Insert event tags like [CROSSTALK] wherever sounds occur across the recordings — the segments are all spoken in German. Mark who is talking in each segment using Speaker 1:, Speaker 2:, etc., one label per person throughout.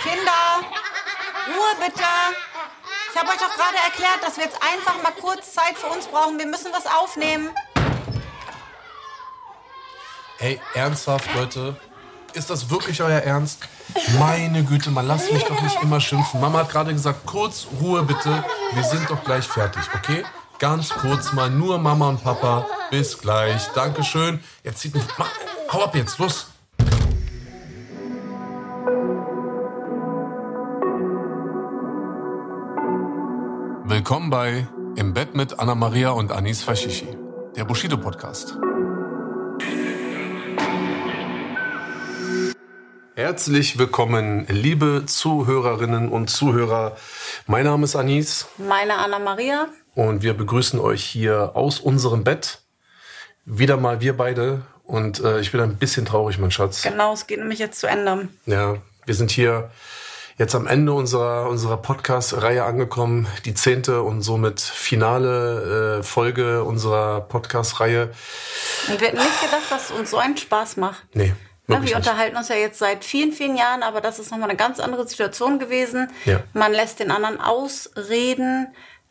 Speaker 1: Kinder, Ruhe bitte. Ich habe euch doch gerade erklärt, dass wir jetzt einfach mal kurz Zeit für uns brauchen. Wir müssen was aufnehmen.
Speaker 2: Ey, ernsthaft, Leute? Ist das wirklich euer Ernst? Meine Güte, mal lasst mich doch nicht immer schimpfen. Mama hat gerade gesagt, kurz Ruhe bitte. Wir sind doch gleich fertig, okay? Ganz kurz mal nur Mama und Papa. Bis gleich. Dankeschön. Jetzt zieht mich. Mach, hau ab jetzt, los. Willkommen bei Im Bett mit Anna-Maria und Anis Fashishi, der Bushido-Podcast. Herzlich willkommen, liebe Zuhörerinnen und Zuhörer. Mein Name ist Anis
Speaker 1: Meine Anna-Maria.
Speaker 2: und wir begrüßen euch hier aus unserem Bett. Wieder mal wir beide und äh, ich bin ein bisschen traurig, mein Schatz.
Speaker 1: Genau, es geht nämlich jetzt zu Ende.
Speaker 2: Ja, wir sind hier jetzt am Ende unserer, unserer Podcast-Reihe angekommen, die zehnte und somit finale äh, Folge unserer Podcast-Reihe.
Speaker 1: Und wir hätten nicht gedacht, dass es uns so einen Spaß macht.
Speaker 2: Nee,
Speaker 1: Na,
Speaker 2: wirklich
Speaker 1: wir
Speaker 2: nicht.
Speaker 1: unterhalten uns ja jetzt seit vielen, vielen Jahren, aber das ist nochmal eine ganz andere Situation gewesen.
Speaker 2: Ja.
Speaker 1: Man lässt den anderen ausreden,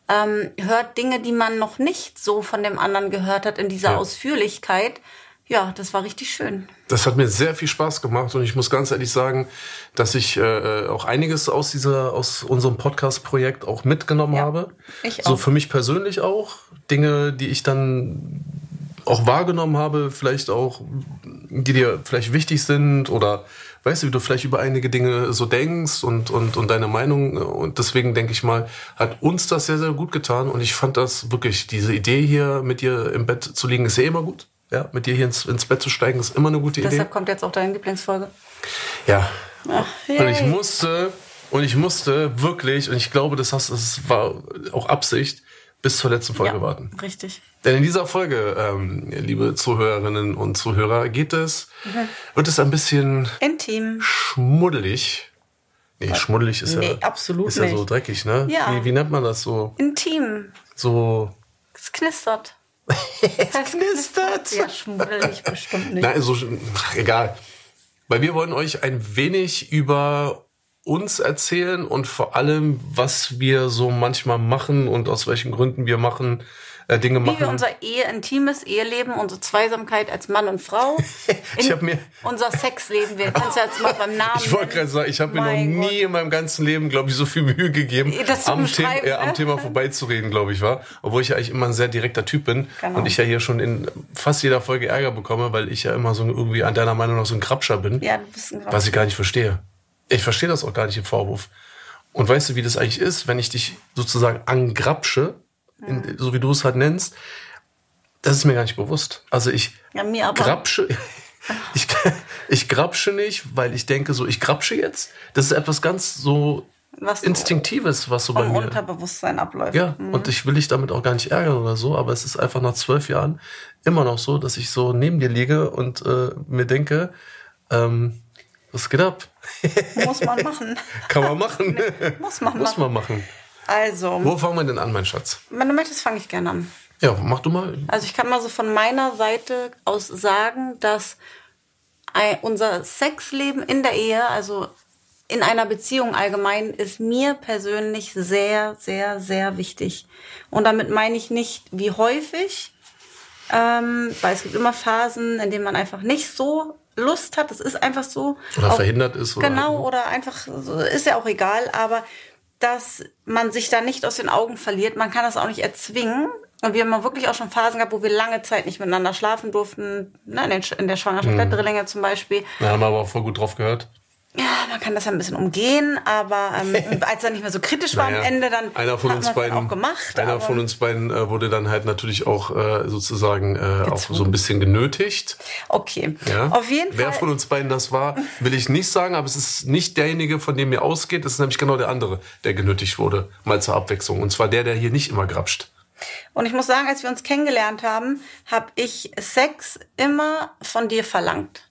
Speaker 1: ähm, hört Dinge, die man noch nicht so von dem anderen gehört hat in dieser
Speaker 2: Ja.
Speaker 1: Ausführlichkeit. Ja, das war richtig schön.
Speaker 2: Das hat mir sehr viel Spaß gemacht und ich muss ganz ehrlich sagen, dass ich äh, auch einiges aus dieser aus unserem Podcast-Projekt auch mitgenommen
Speaker 1: Ja,
Speaker 2: habe.
Speaker 1: ich
Speaker 2: So
Speaker 1: auch.
Speaker 2: für mich persönlich auch Dinge, die ich dann auch wahrgenommen habe, vielleicht auch, die dir vielleicht wichtig sind oder weißt du, wie du vielleicht über einige Dinge so denkst und, und, und deine Meinung. Und deswegen denke ich mal, hat uns das sehr, sehr gut getan. Und ich fand das wirklich, diese Idee hier mit dir im Bett zu liegen, ist ja immer gut. Ja, mit dir hier ins, ins Bett zu steigen, ist immer eine gute Idee.
Speaker 1: Deshalb kommt jetzt auch deine Lieblingsfolge.
Speaker 2: Ja.
Speaker 1: Ach,
Speaker 2: Und ich
Speaker 1: yay.
Speaker 2: musste, und ich musste wirklich, und ich glaube, das, hast, das war auch Absicht, bis zur letzten Folge
Speaker 1: ja,
Speaker 2: warten.
Speaker 1: Richtig.
Speaker 2: Denn in dieser Folge, ähm, liebe Zuhörerinnen und Zuhörer, geht es,
Speaker 1: Mhm.
Speaker 2: wird es ein bisschen
Speaker 1: Intim.
Speaker 2: schmuddelig. Nee, schmuddelig ist ja.
Speaker 1: Äh, Nee, absolut
Speaker 2: Ist ja so
Speaker 1: nicht.
Speaker 2: dreckig, ne?
Speaker 1: Ja.
Speaker 2: Wie, wie nennt man das so?
Speaker 1: Intim.
Speaker 2: So.
Speaker 1: Es
Speaker 2: [LAUGHS]
Speaker 1: knistert. es
Speaker 2: knistert.
Speaker 1: Ja, schmuddelig bestimmt nicht.
Speaker 2: Nein, also, ach, egal. Weil wir wollen euch ein wenig über uns erzählen und vor allem, was wir so manchmal machen und aus welchen Gründen wir machen, äh, Dinge
Speaker 1: Wie wir
Speaker 2: machen.
Speaker 1: unser Ehe, intimes Eheleben, unsere Zweisamkeit als Mann und Frau,
Speaker 2: [LAUGHS] Ich hab mir-
Speaker 1: unser Sexleben, wir können es ja jetzt mal beim Namen.
Speaker 2: [LAUGHS] Ich wollte gerade
Speaker 1: nennen.
Speaker 2: sagen, ich habe mir
Speaker 1: Mein
Speaker 2: noch nie
Speaker 1: Gott.
Speaker 2: in meinem ganzen Leben, glaube ich, so viel Mühe gegeben,
Speaker 1: Das zu
Speaker 2: am,
Speaker 1: beschreiben,
Speaker 2: Thema- äh, am
Speaker 1: ne? [LAUGHS]
Speaker 2: Thema vorbeizureden, glaube ich, war. Obwohl ich ja eigentlich immer ein sehr direkter Typ bin
Speaker 1: Genau.
Speaker 2: und ich ja hier schon in fast jeder Folge Ärger bekomme, weil ich ja immer so irgendwie an deiner Meinung nach so ein Krabscher bin,
Speaker 1: Ja, du bist ein Grau.
Speaker 2: was ich gar nicht verstehe. Ich verstehe das auch gar nicht im Vorwurf. Und weißt du, wie das eigentlich ist, wenn ich dich sozusagen angrapsche, in, so wie du es halt nennst, das ist mir gar nicht bewusst. Also ich
Speaker 1: Ja, mir aber.
Speaker 2: grapsche. [LAUGHS] Ich, ich grapsche nicht, weil ich denke so, ich grapsche jetzt. Das ist etwas ganz so
Speaker 1: Was du-
Speaker 2: Instinktives, was so bei
Speaker 1: vom
Speaker 2: mir.
Speaker 1: Unterbewusstsein abläuft.
Speaker 2: Ja, und ich will dich damit auch gar nicht ärgern oder so, aber es ist einfach nach zwölf Jahren immer noch so, dass ich so neben dir liege und äh, mir denke, ähm, was geht ab? [LAUGHS]
Speaker 1: Muss man machen.
Speaker 2: Kann man machen.
Speaker 1: [LAUGHS] Muss man
Speaker 2: Muss
Speaker 1: machen.
Speaker 2: man machen.
Speaker 1: Also,
Speaker 2: Wo fangen wir denn an, mein Schatz?
Speaker 1: wenn du möchtest, fange ich gerne an.
Speaker 2: Ja, mach du mal.
Speaker 1: Also ich kann mal so von meiner Seite aus sagen, dass ei- unser Sexleben in der Ehe, also in einer Beziehung allgemein, ist mir persönlich sehr, sehr, sehr wichtig. Und damit meine ich nicht, wie häufig, ähm, weil es gibt immer Phasen, in denen man einfach nicht so Lust hat. Das ist einfach so.
Speaker 2: Oder verhindert ist oder-
Speaker 1: Genau, oder einfach, so, ist ja auch egal, aber dass man sich da nicht aus den Augen verliert. Man kann das auch nicht erzwingen. Und wir haben mal wirklich auch schon Phasen gehabt, wo wir lange Zeit nicht miteinander schlafen durften. Ne, in, den, Sch- in der Schwangerschaft
Speaker 2: Mhm.
Speaker 1: der Drillinge zum Beispiel.
Speaker 2: Da haben wir aber auch voll gut drauf gehört.
Speaker 1: Ja, man kann das ja ein bisschen umgehen, aber
Speaker 2: [LAUGHS]
Speaker 1: ähm, als dann nicht mehr so kritisch war
Speaker 2: Naja,
Speaker 1: am Ende, dann
Speaker 2: einer von
Speaker 1: haben
Speaker 2: uns
Speaker 1: wir es
Speaker 2: beiden,
Speaker 1: dann auch gemacht.
Speaker 2: Einer
Speaker 1: aber-
Speaker 2: von uns beiden äh, wurde dann halt natürlich auch äh, sozusagen äh, auch so ein bisschen genötigt.
Speaker 1: Okay,
Speaker 2: Ja?
Speaker 1: auf jeden
Speaker 2: Wer
Speaker 1: Fall.
Speaker 2: von uns beiden das war, will ich nicht sagen, aber es ist nicht derjenige, von dem mir ausgeht. Es ist nämlich genau der andere, der genötigt wurde, mal zur Abwechslung. Und zwar der, der hier nicht immer grapscht.
Speaker 1: Und ich muss sagen, als wir uns kennengelernt haben, habe ich Sex immer von dir verlangt.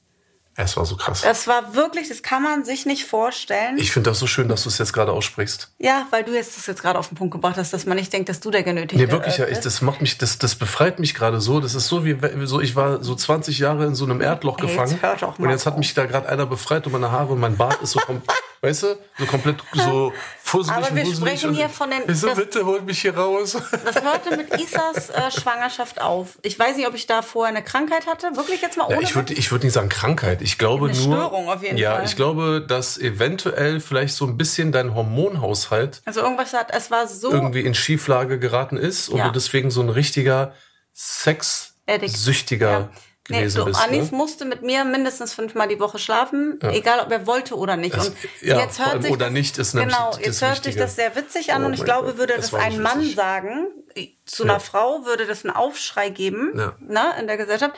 Speaker 2: Es war so krass.
Speaker 1: Das war wirklich, das kann man sich nicht vorstellen.
Speaker 2: Ich finde das so schön, dass du es jetzt gerade aussprichst.
Speaker 1: Ja, weil du jetzt das jetzt gerade auf den Punkt gebracht hast, dass man nicht denkt, dass du der äh, genötigte
Speaker 2: Nee, wirklich, ja, ich, das macht mich, das, das befreit mich gerade so. Das ist so wie, we- so, ich war so 20 Jahre in so einem Erdloch
Speaker 1: Ey, jetzt
Speaker 2: gefangen.
Speaker 1: hör doch mal
Speaker 2: und jetzt hat
Speaker 1: auf. [LAUGHS]
Speaker 2: mich da gerade einer befreit und meine Haare und mein Bart ist so, kom Weißt du? So komplett so fusselig
Speaker 1: Aber wir
Speaker 2: und wuselig
Speaker 1: sprechen
Speaker 2: und-
Speaker 1: hier von den-
Speaker 2: Wieso
Speaker 1: das-
Speaker 2: bitte holt mich hier raus?
Speaker 1: Das hörte mit Isas äh, Schwangerschaft auf. Ich weiß nicht, ob ich da vorher eine Krankheit hatte. Wirklich jetzt mal ohne.
Speaker 2: Ja, ich würde ich würd nicht sagen Krankheit. Ich glaube
Speaker 1: Eine
Speaker 2: nur.
Speaker 1: Störung auf jeden
Speaker 2: ja,
Speaker 1: Fall.
Speaker 2: ich glaube, dass eventuell vielleicht so ein bisschen dein Hormonhaushalt
Speaker 1: also irgendwas hat. Es war so.
Speaker 2: irgendwie in Schieflage geraten ist und
Speaker 1: Ja.
Speaker 2: du deswegen so ein richtiger Sexsüchtiger
Speaker 1: Ja. Nee,
Speaker 2: gewesen
Speaker 1: so,
Speaker 2: bist.
Speaker 1: Anis
Speaker 2: ne?
Speaker 1: musste mit mir mindestens fünfmal die Woche schlafen, egal ob er wollte oder nicht.
Speaker 2: Das-
Speaker 1: und
Speaker 2: ja,
Speaker 1: jetzt
Speaker 2: vor
Speaker 1: hört
Speaker 2: allem
Speaker 1: sich
Speaker 2: oder
Speaker 1: das,
Speaker 2: nicht ist nämlich
Speaker 1: genau,
Speaker 2: das
Speaker 1: jetzt hört sich
Speaker 2: Wichtige.
Speaker 1: das sehr witzig an
Speaker 2: Oh
Speaker 1: und ich
Speaker 2: mein
Speaker 1: glaube,
Speaker 2: Gott,
Speaker 1: würde
Speaker 2: das
Speaker 1: das,
Speaker 2: war nicht
Speaker 1: ein Mann
Speaker 2: witzig.
Speaker 1: sagen zu einer Frau, würde das einen Aufschrei geben
Speaker 2: Ja.
Speaker 1: ne, in der Gesellschaft.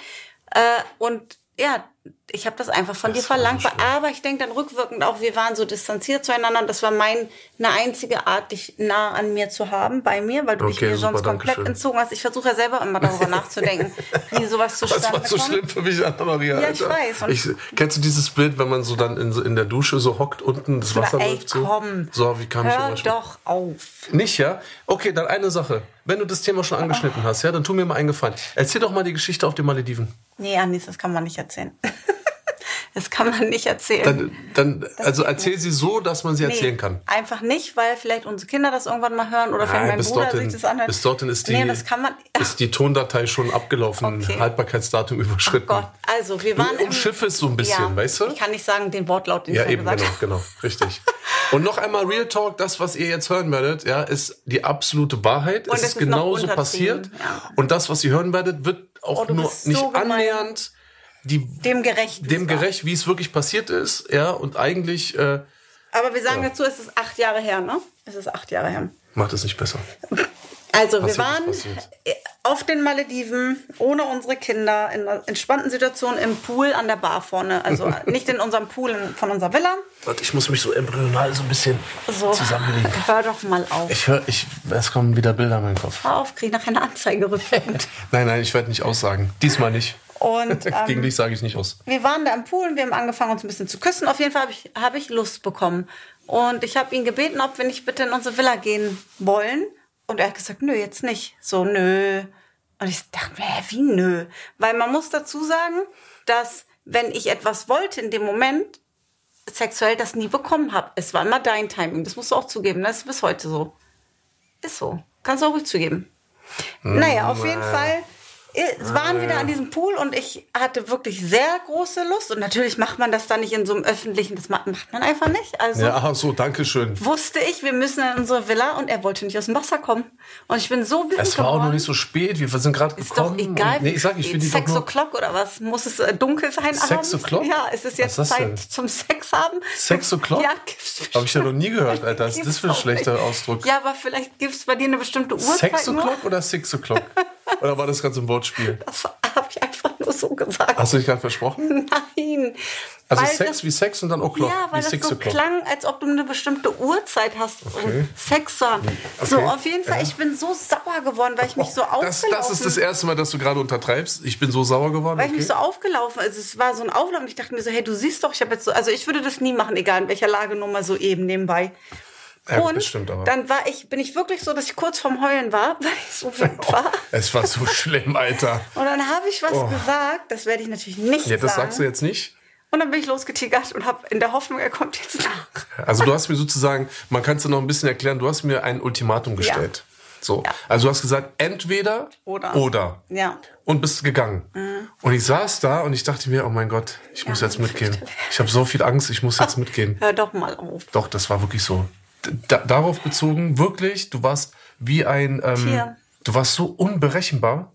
Speaker 1: Äh, und ja, ich habe das einfach von
Speaker 2: Das
Speaker 1: dir
Speaker 2: war so
Speaker 1: verlangt,
Speaker 2: schlimm.
Speaker 1: aber ich denke dann rückwirkend auch, wir waren so distanziert zueinander und das war mein eine einzige Art, dich nah an mir zu haben, bei mir, weil du dich
Speaker 2: Okay,
Speaker 1: mir
Speaker 2: super,
Speaker 1: sonst komplett
Speaker 2: Dankeschön.
Speaker 1: entzogen hast. Ich versuche ja selber immer
Speaker 2: [LAUGHS]
Speaker 1: darüber nachzudenken, wie sowas zustande
Speaker 2: Das war so
Speaker 1: kommt.
Speaker 2: schlimm für mich, Anna-Maria.
Speaker 1: Ja, ich
Speaker 2: Alter.
Speaker 1: weiß. Und-
Speaker 2: Ich, kennst du dieses Bild, wenn man so dann in, so- in der Dusche so hockt, unten das Wasser
Speaker 1: ey,
Speaker 2: läuft so?
Speaker 1: komm.
Speaker 2: So, wie kam ich
Speaker 1: Hör
Speaker 2: immer schon?
Speaker 1: doch auf.
Speaker 2: Nicht, ja? Okay, dann eine Sache. Wenn du das Thema schon angeschnitten
Speaker 1: Ah.
Speaker 2: hast, ja, dann tu mir mal einen Gefallen. Erzähl doch mal die Geschichte auf den Malediven.
Speaker 1: Nee, Anis, das kann man nicht erzählen. [LAUGHS] das kann man nicht erzählen.
Speaker 2: Dann, dann also erzähl sie so, dass man sie
Speaker 1: Nee,
Speaker 2: erzählen kann.
Speaker 1: Einfach nicht, weil vielleicht unsere Kinder das irgendwann mal hören oder vielleicht
Speaker 2: Nein,
Speaker 1: mein
Speaker 2: bis
Speaker 1: Bruder
Speaker 2: dorthin-
Speaker 1: sich das anhört.
Speaker 2: bis dorthin ist die-
Speaker 1: Nee, das kann man.
Speaker 2: [LAUGHS] Ist die Tondatei schon abgelaufen,
Speaker 1: Okay.
Speaker 2: Haltbarkeitsdatum
Speaker 1: Ach
Speaker 2: überschritten?
Speaker 1: Gott, also wir
Speaker 2: Du
Speaker 1: waren. im-
Speaker 2: umschiffst es so um ein bisschen, weißt du?
Speaker 1: Ich kann nicht sagen, den Wortlaut, den
Speaker 2: Ja,
Speaker 1: ich
Speaker 2: eben,
Speaker 1: schon gesagt
Speaker 2: genau,
Speaker 1: habe.
Speaker 2: genau, richtig. Und noch einmal Real Talk, das, was ihr jetzt hören werdet, ja, ist die absolute Wahrheit.
Speaker 1: Und
Speaker 2: es
Speaker 1: es
Speaker 2: ist,
Speaker 1: ist noch
Speaker 2: genauso
Speaker 1: untertrieben,
Speaker 2: passiert.
Speaker 1: ja.
Speaker 2: Und das, was ihr hören werdet, wird
Speaker 1: Oh,
Speaker 2: auch
Speaker 1: du
Speaker 2: nur
Speaker 1: bist so
Speaker 2: nicht
Speaker 1: gemein.
Speaker 2: annähernd die,
Speaker 1: Dem gerecht. wie
Speaker 2: dem
Speaker 1: es war.
Speaker 2: gerecht, wie es wirklich passiert ist. Ja, und eigentlich äh,
Speaker 1: Aber wir sagen dazu, es ist acht Jahre her, ne? Es ist acht Jahre her.
Speaker 2: macht es nicht besser.
Speaker 1: Also wir
Speaker 2: Passiert ist
Speaker 1: waren äh,
Speaker 2: passiert.
Speaker 1: auf den Malediven ohne unsere Kinder in einer entspannten Situation im Pool an der Bar vorne.
Speaker 2: [LAUGHS]
Speaker 1: Also nicht in unserem Pool in- von unserer Villa.
Speaker 2: Warte, ich muss mich so embryonal so ein bisschen
Speaker 1: So,
Speaker 2: zusammenlegen.
Speaker 1: hör doch mal auf.
Speaker 2: Ich höre, ich, es kommen wieder Bilder in meinen Kopf.
Speaker 1: Hör auf, krieg nachher eine Anzeige
Speaker 2: [LAUGHS]
Speaker 1: rückwirkend.
Speaker 2: Nein, nein, ich werde nicht aussagen. Diesmal nicht.
Speaker 1: Und
Speaker 2: Gegen
Speaker 1: ähm,
Speaker 2: dich sage ich nicht aus.
Speaker 1: wir waren da im Pool und wir haben angefangen, uns ein bisschen zu küssen. Auf jeden Fall habe ich, hab ich Lust bekommen. Und ich habe ihn gebeten, ob wir nicht bitte in unsere Villa gehen wollen. Und er hat gesagt, nö, jetzt nicht. So, nö. Und ich dachte mir, hä, wie nö? Weil man muss dazu sagen, dass wenn ich etwas wollte in dem Moment, sexuell das nie bekommen habe. Es war immer dein Timing. Das musst du auch zugeben. ne? Das ist bis heute so. Ist so. Kannst du auch ruhig zugeben.
Speaker 2: Mm,
Speaker 1: Naja, auf
Speaker 2: äh,
Speaker 1: jeden Fall. äh, Es waren wieder an diesem Pool und ich hatte wirklich sehr große Lust. Und natürlich macht man das dann nicht in so einem öffentlichen, das ma- macht man einfach nicht. Also
Speaker 2: Ja, ach so, danke schön.
Speaker 1: wusste ich, wir müssen in unsere Villa und er wollte nicht aus dem Wasser kommen. Und ich bin so wütend
Speaker 2: Es war auch noch
Speaker 1: geworden.
Speaker 2: nicht so spät, wir sind gerade
Speaker 1: ist doch
Speaker 2: gekommen.
Speaker 1: egal.
Speaker 2: Und, nee, ich sag, ich will die doch
Speaker 1: Sex
Speaker 2: nur,
Speaker 1: o'clock oder was? Muss es äh, dunkel sein?
Speaker 2: Sex
Speaker 1: abends?
Speaker 2: o'clock?
Speaker 1: Ja, es ist jetzt
Speaker 2: Was ist das
Speaker 1: Zeit
Speaker 2: denn?
Speaker 1: zum Sex haben.
Speaker 2: Sex o'clock?
Speaker 1: Ja, gibt's
Speaker 2: Habe ich ja noch nie gehört, Alter. Was ist das für ein
Speaker 1: Gibt's auch nicht.
Speaker 2: schlechter Ausdruck?
Speaker 1: Ja, aber vielleicht gibt es bei dir eine bestimmte Uhrzeit.
Speaker 2: Sex
Speaker 1: nur.
Speaker 2: o'clock oder Six o'clock? Oder war das gerade so ein Wortspiel?
Speaker 1: Das habe ich einfach nur so gesagt.
Speaker 2: Hast du dich gerade versprochen?
Speaker 1: Nein.
Speaker 2: Also
Speaker 1: Weil
Speaker 2: Sex
Speaker 1: das,
Speaker 2: wie Sex und dann o'clock.
Speaker 1: Ja,
Speaker 2: wie
Speaker 1: weil das
Speaker 2: Six
Speaker 1: so
Speaker 2: o'clock.
Speaker 1: klang, als ob du eine bestimmte Uhrzeit hast, um
Speaker 2: Okay. Hm,
Speaker 1: Sex zu haben. So, auf jeden Fall,
Speaker 2: Ja. Oh,
Speaker 1: ich bin so sauer geworden, weil ich mich so
Speaker 2: das,
Speaker 1: aufgelaufen
Speaker 2: das ist das erste Mal, dass du gerade untertreibst. Ich bin so sauer geworden.
Speaker 1: weil ich
Speaker 2: Okay.
Speaker 1: mich so aufgelaufen also es war so ein Auflauf und ich dachte mir so hey du siehst doch ich habe jetzt so also ich würde das nie machen egal in welcher Lage nur mal so eben nebenbei
Speaker 2: Ja, gut,
Speaker 1: und
Speaker 2: das stimmt aber.
Speaker 1: dann war ich bin ich wirklich so dass ich kurz vorm Heulen war [LAUGHS] weil ich so
Speaker 2: [LAUGHS]
Speaker 1: wütend war
Speaker 2: es war
Speaker 1: [LAUGHS]
Speaker 2: so schlimm, Alter.
Speaker 1: und dann habe ich was
Speaker 2: Oh.
Speaker 1: gesagt das werde ich natürlich nicht
Speaker 2: Ja, das
Speaker 1: sagen
Speaker 2: sagst du jetzt nicht.
Speaker 1: und dann bin ich losgetigert und habe in der Hoffnung er kommt jetzt nach
Speaker 2: Also du hast mir sozusagen, man kann es dir noch ein bisschen erklären, du hast mir ein Ultimatum gestellt. So.
Speaker 1: Ja.
Speaker 2: Also du hast gesagt, entweder
Speaker 1: Oder.
Speaker 2: oder.
Speaker 1: ja Mhm.
Speaker 2: Und bist gegangen. Und ich saß da und ich dachte mir, oh mein Gott, ich muss jetzt mitgehen. Ich habe so viel Angst, ich muss jetzt mitgehen.
Speaker 1: hör doch mal auf
Speaker 2: Doch, das war wirklich so. D- Da, darauf bezogen, wirklich, du warst wie ein, ähm,
Speaker 1: Tier.
Speaker 2: du warst so unberechenbar,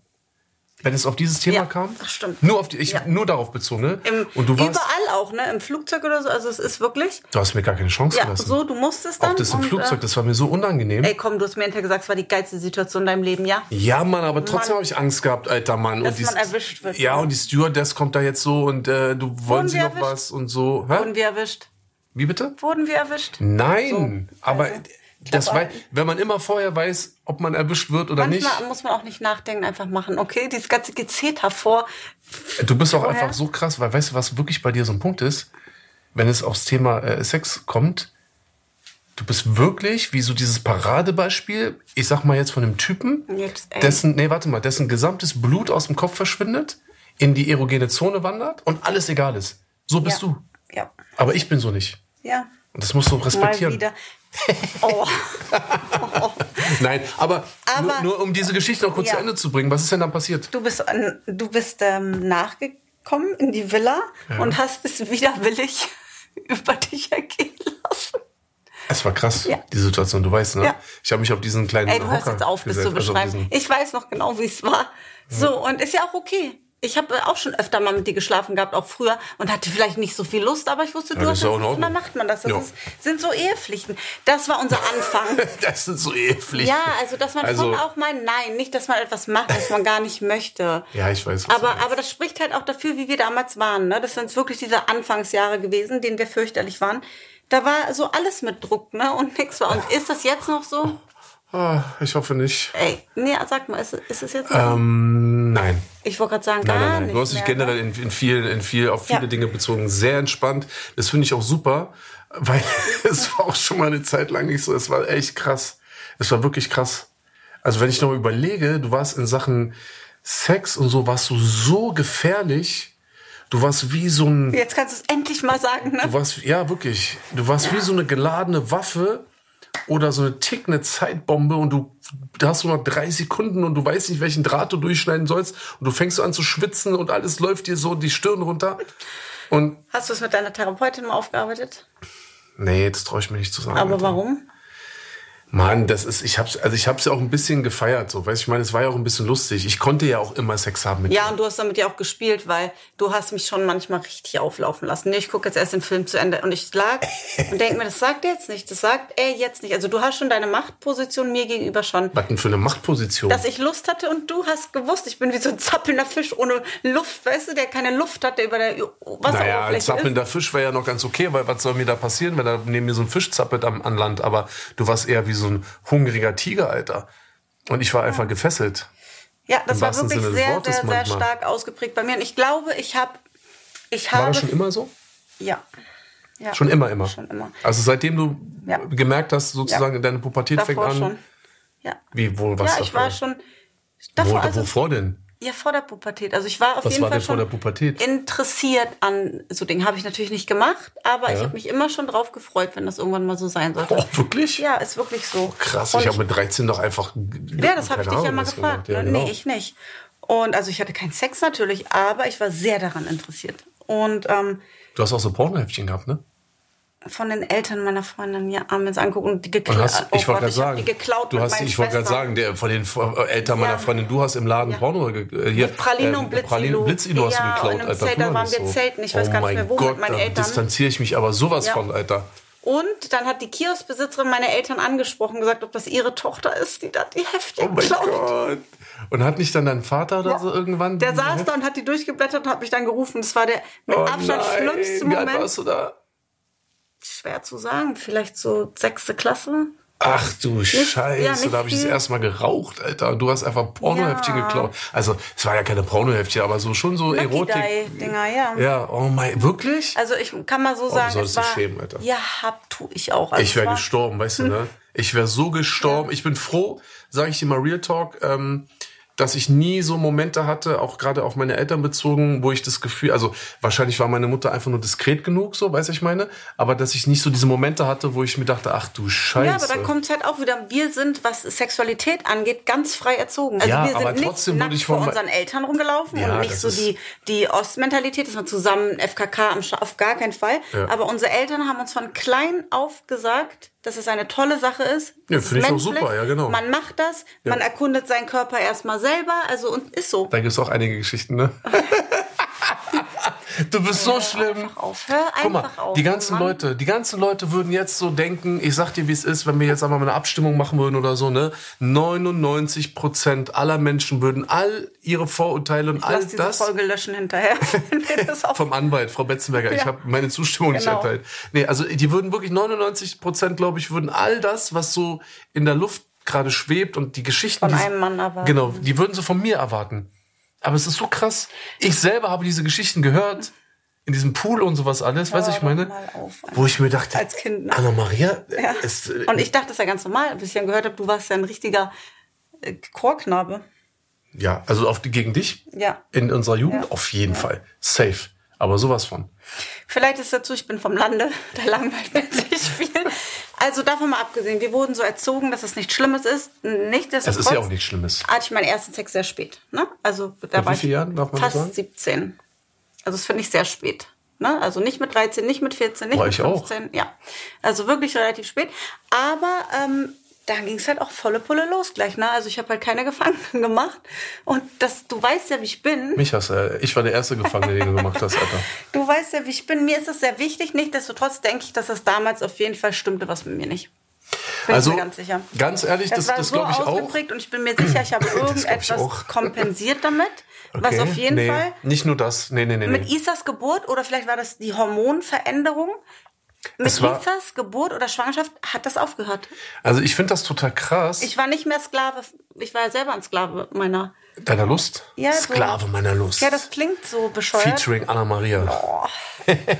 Speaker 2: wenn es auf dieses Thema
Speaker 1: Ja,
Speaker 2: kam.
Speaker 1: das stimmt.
Speaker 2: Nur auf die, ich,
Speaker 1: Ja.
Speaker 2: nur darauf bezogen, ne?
Speaker 1: Im,
Speaker 2: und du warst,
Speaker 1: überall auch ne im Flugzeug oder so also es ist wirklich
Speaker 2: du hast mir gar keine Chance
Speaker 1: ja
Speaker 2: gelassen.
Speaker 1: so du musstest dann
Speaker 2: auch das im
Speaker 1: und, äh,
Speaker 2: Flugzeug, das war mir so unangenehm.
Speaker 1: Ey, komm, du hast mir hinterher gesagt, es war die geilste Situation in deinem Leben, ja?
Speaker 2: Ja, Mann, aber
Speaker 1: Mann.
Speaker 2: trotzdem habe ich Angst gehabt, alter Mann.
Speaker 1: Dass man erwischt wird.
Speaker 2: Ja, und die Stewardess kommt da jetzt so und äh, du wollen
Speaker 1: wir
Speaker 2: sie noch
Speaker 1: erwischt?
Speaker 2: was und so. Hä?
Speaker 1: Wurden wir erwischt?
Speaker 2: Wie bitte?
Speaker 1: Wurden wir erwischt?
Speaker 2: Nein, aber das
Speaker 1: also, aber-
Speaker 2: wei- wenn man immer vorher weiß, ob man erwischt wird oder
Speaker 1: Manchmal muss man auch nicht nachdenken, einfach machen, okay? Dieses ganze Gezeter vor.
Speaker 2: nicht. Du bist auch
Speaker 1: Vorher?
Speaker 2: einfach so krass, weil weißt du, was wirklich bei dir so ein Punkt ist, wenn es aufs Thema äh, Sex kommt, du bist wirklich wie so dieses Paradebeispiel, ich sag mal jetzt von dem Typen,
Speaker 1: Jetzt, ey.
Speaker 2: dessen, nee, warte mal, dessen gesamtes Blut aus dem Kopf verschwindet, in die erogene Zone wandert und alles egal ist. So bist
Speaker 1: ja.
Speaker 2: du.
Speaker 1: Ja.
Speaker 2: Aber ich bin so nicht.
Speaker 1: Ja.
Speaker 2: Und das musst du respektieren.
Speaker 1: Mal
Speaker 2: [LAUGHS]
Speaker 1: wieder. Oh. [LAUGHS]
Speaker 2: Nein, aber,
Speaker 1: Aber-
Speaker 2: nur, nur um diese Geschichte noch kurz
Speaker 1: Ja.
Speaker 2: zu Ende zu bringen, was ist denn dann passiert?
Speaker 1: Du bist, an- du bist ähm, nachgekommen in die Villa und hast es widerwillig [LAUGHS] über dich ergehen lassen.
Speaker 2: Es war krass,
Speaker 1: Ja.
Speaker 2: die Situation, du weißt, ne?
Speaker 1: Ja.
Speaker 2: Ich habe mich auf diesen kleinen
Speaker 1: Ey, du hörst
Speaker 2: Hocker
Speaker 1: jetzt auf, das zu
Speaker 2: gesetzt, also auf
Speaker 1: beschreiben.
Speaker 2: diesen-
Speaker 1: Ich weiß noch genau, wie es war. So, und ist ja auch okay. Ich habe auch schon öfter mal mit dir geschlafen gehabt, auch früher, und hatte vielleicht nicht so viel Lust, aber ich wusste, du
Speaker 2: das
Speaker 1: hast
Speaker 2: ist ja
Speaker 1: jetzt-
Speaker 2: auch in
Speaker 1: und
Speaker 2: Ordnung.
Speaker 1: dann macht man das. Das
Speaker 2: Ja.
Speaker 1: ist, sind so Ehepflichten. Das war unser
Speaker 2: [LAUGHS]
Speaker 1: Anfang.
Speaker 2: das sind so eklig.
Speaker 1: ja, also dass man schon auch mal nein, nicht, dass man etwas macht, was man gar nicht möchte.
Speaker 2: Ja, ich weiß. was du
Speaker 1: Aber,
Speaker 2: meinst.
Speaker 1: aber das spricht halt auch dafür, wie wir damals waren. Ne? Das sind wirklich diese Anfangsjahre gewesen, denen wir fürchterlich waren. Da war so alles mit Druck ne? und nix war. Und ist das jetzt noch so?
Speaker 2: Ah, ich hoffe nicht.
Speaker 1: Ey, nee, sag mal, ist, ist es jetzt noch?
Speaker 2: Ähm, nein.
Speaker 1: ich wollte gerade sagen,
Speaker 2: Nein,
Speaker 1: gar
Speaker 2: nein, nein.
Speaker 1: nicht
Speaker 2: Du hast dich
Speaker 1: mehr, ne?
Speaker 2: generell in, in vielen, in viel, auf viele
Speaker 1: Ja.
Speaker 2: Dinge bezogen sehr entspannt. Das finde ich auch super, weil [LAUGHS] es war auch schon mal eine Zeit lang nicht so. Es war echt krass. Es war wirklich krass. Also wenn ich noch überlege, du warst in Sachen Sex und so, warst du so gefährlich. Du warst wie so ein,
Speaker 1: Jetzt kannst du es endlich mal sagen. Ne?
Speaker 2: du warst, ja wirklich, du warst wie so eine geladene Waffe oder so eine tickende Zeitbombe und du da hast du noch drei Sekunden und du weißt nicht, welchen Draht du durchschneiden sollst und du fängst an zu schwitzen und alles läuft dir so die Stirn runter und
Speaker 1: Hast du es mit deiner Therapeutin mal aufgearbeitet?
Speaker 2: nee, jetzt traue ich mir nicht zu sagen.
Speaker 1: Aber
Speaker 2: Alter.
Speaker 1: warum?
Speaker 2: Mann, das ist, ich hab's, also ich hab's ja auch ein bisschen gefeiert, so, weißt du, ich meine, es war ja auch ein bisschen lustig. Ich konnte ja auch immer Sex haben mit
Speaker 1: Ja, und du hast damit ja auch gespielt, weil du hast mich schon manchmal richtig auflaufen lassen. Nee, ich gucke jetzt erst den Film zu Ende. Und ich
Speaker 2: [LAUGHS]
Speaker 1: lag und denke mir, das sagt er jetzt nicht, das sagt er jetzt nicht. Also du hast schon deine Machtposition mir gegenüber schon.
Speaker 2: Was denn für eine Machtposition?
Speaker 1: Dass ich Lust hatte und du hast gewusst, ich bin wie so ein zappelnder Fisch ohne Luft, weißt du, der keine Luft hat, der über der
Speaker 2: Naja, ein
Speaker 1: Wasseroberfläche ist.
Speaker 2: zappelnder Fisch wäre ja noch ganz okay, weil was soll mir da passieren, wenn da neben mir so ein Fisch zappelt am, an Land? Aber du warst eher wie so ein hungriger Tiger, Alter. Und ich war einfach gefesselt.
Speaker 1: Ja, das
Speaker 2: im
Speaker 1: war
Speaker 2: wahrsten
Speaker 1: wirklich
Speaker 2: Sinne des
Speaker 1: sehr,
Speaker 2: Wortes
Speaker 1: sehr, sehr
Speaker 2: manchmal.
Speaker 1: stark ausgeprägt bei mir. Und ich glaube, ich habe, ich
Speaker 2: War
Speaker 1: habe,
Speaker 2: das schon immer so?
Speaker 1: ja. ja,
Speaker 2: Schon immer, immer.
Speaker 1: Schon immer.
Speaker 2: Also seitdem du
Speaker 1: Ja.
Speaker 2: gemerkt hast, sozusagen,
Speaker 1: Ja.
Speaker 2: deine Pubertät fängt
Speaker 1: Davor
Speaker 2: an.
Speaker 1: schon. Ja.
Speaker 2: Wie, wo, was
Speaker 1: ja, ich
Speaker 2: davor?
Speaker 1: war schon.
Speaker 2: wo,
Speaker 1: Davor, also,
Speaker 2: wovor denn?
Speaker 1: ja, vor der Pubertät. Also ich war auf
Speaker 2: Was
Speaker 1: jeden
Speaker 2: war
Speaker 1: Fall
Speaker 2: denn vor
Speaker 1: schon
Speaker 2: der Pubertät?
Speaker 1: interessiert an so Dingen. Habe ich natürlich nicht gemacht, aber ich
Speaker 2: Ja.
Speaker 1: habe mich immer schon drauf gefreut, wenn das irgendwann mal so sein sollte.
Speaker 2: Oh, wirklich?
Speaker 1: Ja, ist wirklich so.
Speaker 2: Krass,
Speaker 1: Und
Speaker 2: ich habe mit 13 doch einfach.
Speaker 1: ja, das habe ich
Speaker 2: keine
Speaker 1: dich ja
Speaker 2: Ahnung,
Speaker 1: mal
Speaker 2: was
Speaker 1: gefragt. ne?
Speaker 2: gemacht. Ja, genau.
Speaker 1: Nee, ich nicht. Und also ich hatte keinen Sex natürlich, aber ich war sehr daran interessiert. Und ähm,
Speaker 2: du hast auch so Pornoheftchen gehabt, ne?
Speaker 1: von den Eltern meiner Freundin mir abends angucken und die geklaut. oh
Speaker 2: Und hast, ich wollte
Speaker 1: hab
Speaker 2: gerade sagen,
Speaker 1: die geklaut
Speaker 2: du
Speaker 1: mit
Speaker 2: hast,
Speaker 1: meinen
Speaker 2: ich wollte gerade
Speaker 1: Schwestern.
Speaker 2: sagen, der von den äh, Eltern meiner
Speaker 1: Ja.
Speaker 2: Freundin, du hast im Laden
Speaker 1: Ja.
Speaker 2: Porno ge- äh, hier,
Speaker 1: Mit Praline und Blitzilo.
Speaker 2: Praline und Blitzilo hast
Speaker 1: Ja,
Speaker 2: du
Speaker 1: und
Speaker 2: geklaut,
Speaker 1: im
Speaker 2: Alter.
Speaker 1: Zelt,
Speaker 2: tu mal
Speaker 1: da waren
Speaker 2: nicht
Speaker 1: wir zelten. Ich weiß
Speaker 2: oh
Speaker 1: gar nicht
Speaker 2: mein
Speaker 1: mehr, wo mit
Speaker 2: Gott,
Speaker 1: meinen
Speaker 2: da
Speaker 1: Eltern.
Speaker 2: distanziere ich mich aber sowas
Speaker 1: Ja.
Speaker 2: von, Alter.
Speaker 1: Und dann hat die Kioskbesitzerin meine Eltern angesprochen, gesagt, ob das ihre Tochter ist, die da die
Speaker 2: Oh
Speaker 1: Heftchen
Speaker 2: mein
Speaker 1: klaut.
Speaker 2: Gott. Und hat nicht dann dein Vater oder so irgendwann?
Speaker 1: Der saß da und hat die durchgeblättert und hat mich dann gerufen. Das war der mit
Speaker 2: Oh
Speaker 1: Abstand
Speaker 2: nein,
Speaker 1: schlimmste
Speaker 2: wie alt
Speaker 1: Moment.
Speaker 2: warst du da?
Speaker 1: Schwer zu sagen, vielleicht so sechste Klasse.
Speaker 2: Ach du Scheiße,
Speaker 1: ja, nicht
Speaker 2: da habe ich das
Speaker 1: viel.
Speaker 2: erste Mal geraucht, Alter. Und Du hast einfach Pornoheftchen
Speaker 1: Ja.
Speaker 2: geklaut. Also, es war ja keine Pornoheftchen, aber so schon so Erotik.
Speaker 1: Dinger, ja.
Speaker 2: Ja, oh mein, wirklich?
Speaker 1: Also ich kann mal so sagen,
Speaker 2: solltest
Speaker 1: es
Speaker 2: dich
Speaker 1: war,
Speaker 2: schämen, Alter.
Speaker 1: ja, hab tu ich auch. Also
Speaker 2: Ich
Speaker 1: es
Speaker 2: wäre
Speaker 1: war- Hm.
Speaker 2: gestorben, weißt du, ne? Ich wäre so gestorben. Ich bin froh, sage ich dir mal Real Talk, ähm, dass ich nie so Momente hatte, auch gerade auf meine Eltern bezogen, wo ich das Gefühl, also wahrscheinlich war meine Mutter einfach nur diskret genug, so, weißt du, ich meine, aber dass ich nicht so diese Momente hatte, wo ich mir dachte, ach du Scheiße.
Speaker 1: Ja, aber da kommt es halt auch wieder, wir sind, was Sexualität angeht, ganz frei erzogen. Also
Speaker 2: Ja,
Speaker 1: wir sind
Speaker 2: aber trotzdem
Speaker 1: nicht
Speaker 2: wurde
Speaker 1: nackt
Speaker 2: ich
Speaker 1: vor
Speaker 2: von me-
Speaker 1: unseren Eltern rumgelaufen
Speaker 2: Ja,
Speaker 1: und nicht
Speaker 2: das
Speaker 1: so
Speaker 2: ist-
Speaker 1: die, die Ostmentalität, dass man zusammen FKK am Scha auf gar keinen Fall.
Speaker 2: Ja.
Speaker 1: Aber unsere Eltern haben uns von klein auf gesagt, dass es eine tolle Sache ist.
Speaker 2: Ja,
Speaker 1: Es ist
Speaker 2: finde ich auch
Speaker 1: menschlich,
Speaker 2: super, ja, genau.
Speaker 1: Man macht das, man erkundet seinen Körper erstmal selber, also und ist so.
Speaker 2: Da gibt's auch einige Geschichten,
Speaker 1: [LAUGHS]
Speaker 2: ne? du bist so schlimm.
Speaker 1: Einfach auf, hör einfach
Speaker 2: ähm, Guck mal,
Speaker 1: auf.
Speaker 2: die ganzen
Speaker 1: Mann.
Speaker 2: Leute, die ganzen Leute würden jetzt so denken, ich sag dir, wie es ist, wenn wir jetzt einmal eine Abstimmung machen würden oder so, ne? 99% aller Menschen würden all ihre Vorurteile und all
Speaker 1: Lass diese
Speaker 2: das
Speaker 1: Folge löschen hinterher. [LAUGHS] wenn wir das auf-
Speaker 2: vom Anwalt, Frau Betzenberger, ich
Speaker 1: Ja.
Speaker 2: habe meine Zustimmung nicht
Speaker 1: Genau.
Speaker 2: erteilt. Nee, also die würden wirklich 99 Prozent, glaube ich, würden all das, was so in der Luft gerade schwebt und die Geschichten.
Speaker 1: Von
Speaker 2: die-
Speaker 1: einem Mann erwarten.
Speaker 2: Genau, die würden sie von mir erwarten. Aber es ist so krass. Ich selber habe diese Geschichten gehört. In diesem Pool und sowas alles, weiß
Speaker 1: Hör
Speaker 2: ich meine.
Speaker 1: doch mal auf,
Speaker 2: wo ich mir dachte,
Speaker 1: als Kind, ne?
Speaker 2: Anna-Maria, äh,
Speaker 1: Ja.
Speaker 2: ist,
Speaker 1: und ich dachte, das ist ja ganz normal, bis ich dann gehört habe, du warst ja ein richtiger äh, Chorknabe.
Speaker 2: Ja, also auf, gegen dich
Speaker 1: Ja.
Speaker 2: in unserer Jugend
Speaker 1: Ja.
Speaker 2: auf jeden Fall. Safe. Aber sowas von.
Speaker 1: Vielleicht ist dazu, ich bin vom Lande, [LAUGHS] da langweilt man sich viel. Also davon mal abgesehen, wir wurden so erzogen, dass es nichts Schlimmes ist.
Speaker 2: Es
Speaker 1: Nichtsdestotrotz
Speaker 2: ist ja auch nichts Schlimmes.
Speaker 1: hatte ich meinen ersten Sex sehr spät. Ne? Also da
Speaker 2: Mit
Speaker 1: war
Speaker 2: wie vielen
Speaker 1: ich
Speaker 2: Jahren, darf man das
Speaker 1: fast
Speaker 2: sagen?
Speaker 1: 17. Also das finde ich sehr spät. Ne? Also nicht mit 13, nicht mit 14, nicht
Speaker 2: Boah,
Speaker 1: mit
Speaker 2: ich auch.
Speaker 1: 15. Ja. Also wirklich relativ spät. Aber ähm, da ging es halt auch volle Pulle los gleich. Ne? Also ich habe halt keine Gefangenen [LAUGHS] gemacht. Und das, du weißt ja, wie ich bin.
Speaker 2: Mich hast du. äh, Ich war der erste Gefangene, den du gemacht hast,
Speaker 1: [LAUGHS]
Speaker 2: Alter.
Speaker 1: Du weißt ja, wie ich bin. Mir ist das sehr wichtig. Nichtsdestotrotz denke ich, dass das damals auf jeden Fall stimmte, was mit mir nicht. Bin
Speaker 2: also,
Speaker 1: ich mir ganz sicher.
Speaker 2: ganz ehrlich, das,
Speaker 1: Das,
Speaker 2: das,
Speaker 1: war so
Speaker 2: glaube ich auch.
Speaker 1: ausgeprägt und ich bin mir sicher, ich
Speaker 2: [CLEARS THROAT]
Speaker 1: habe
Speaker 2: glaub ich
Speaker 1: irgendetwas
Speaker 2: auch.
Speaker 1: kompensiert
Speaker 2: [LAUGHS]
Speaker 1: damit. Was
Speaker 2: Okay,
Speaker 1: auf jeden
Speaker 2: nee,
Speaker 1: Fall
Speaker 2: Nicht nur das. Nee, nee, nee.
Speaker 1: mit
Speaker 2: nee.
Speaker 1: Isas Geburt oder vielleicht war das die Hormonveränderung. Mit
Speaker 2: Es war-
Speaker 1: Isas Geburt oder Schwangerschaft hat das aufgehört.
Speaker 2: Also, ich finde das total krass.
Speaker 1: Ich war nicht mehr Sklave. Ich war ja selber ein Sklave meiner.
Speaker 2: Deiner Lust?
Speaker 1: Ja, so-
Speaker 2: Sklave meiner Lust.
Speaker 1: Ja, das klingt so bescheuert.
Speaker 2: Featuring Anna Maria. [LAUGHS]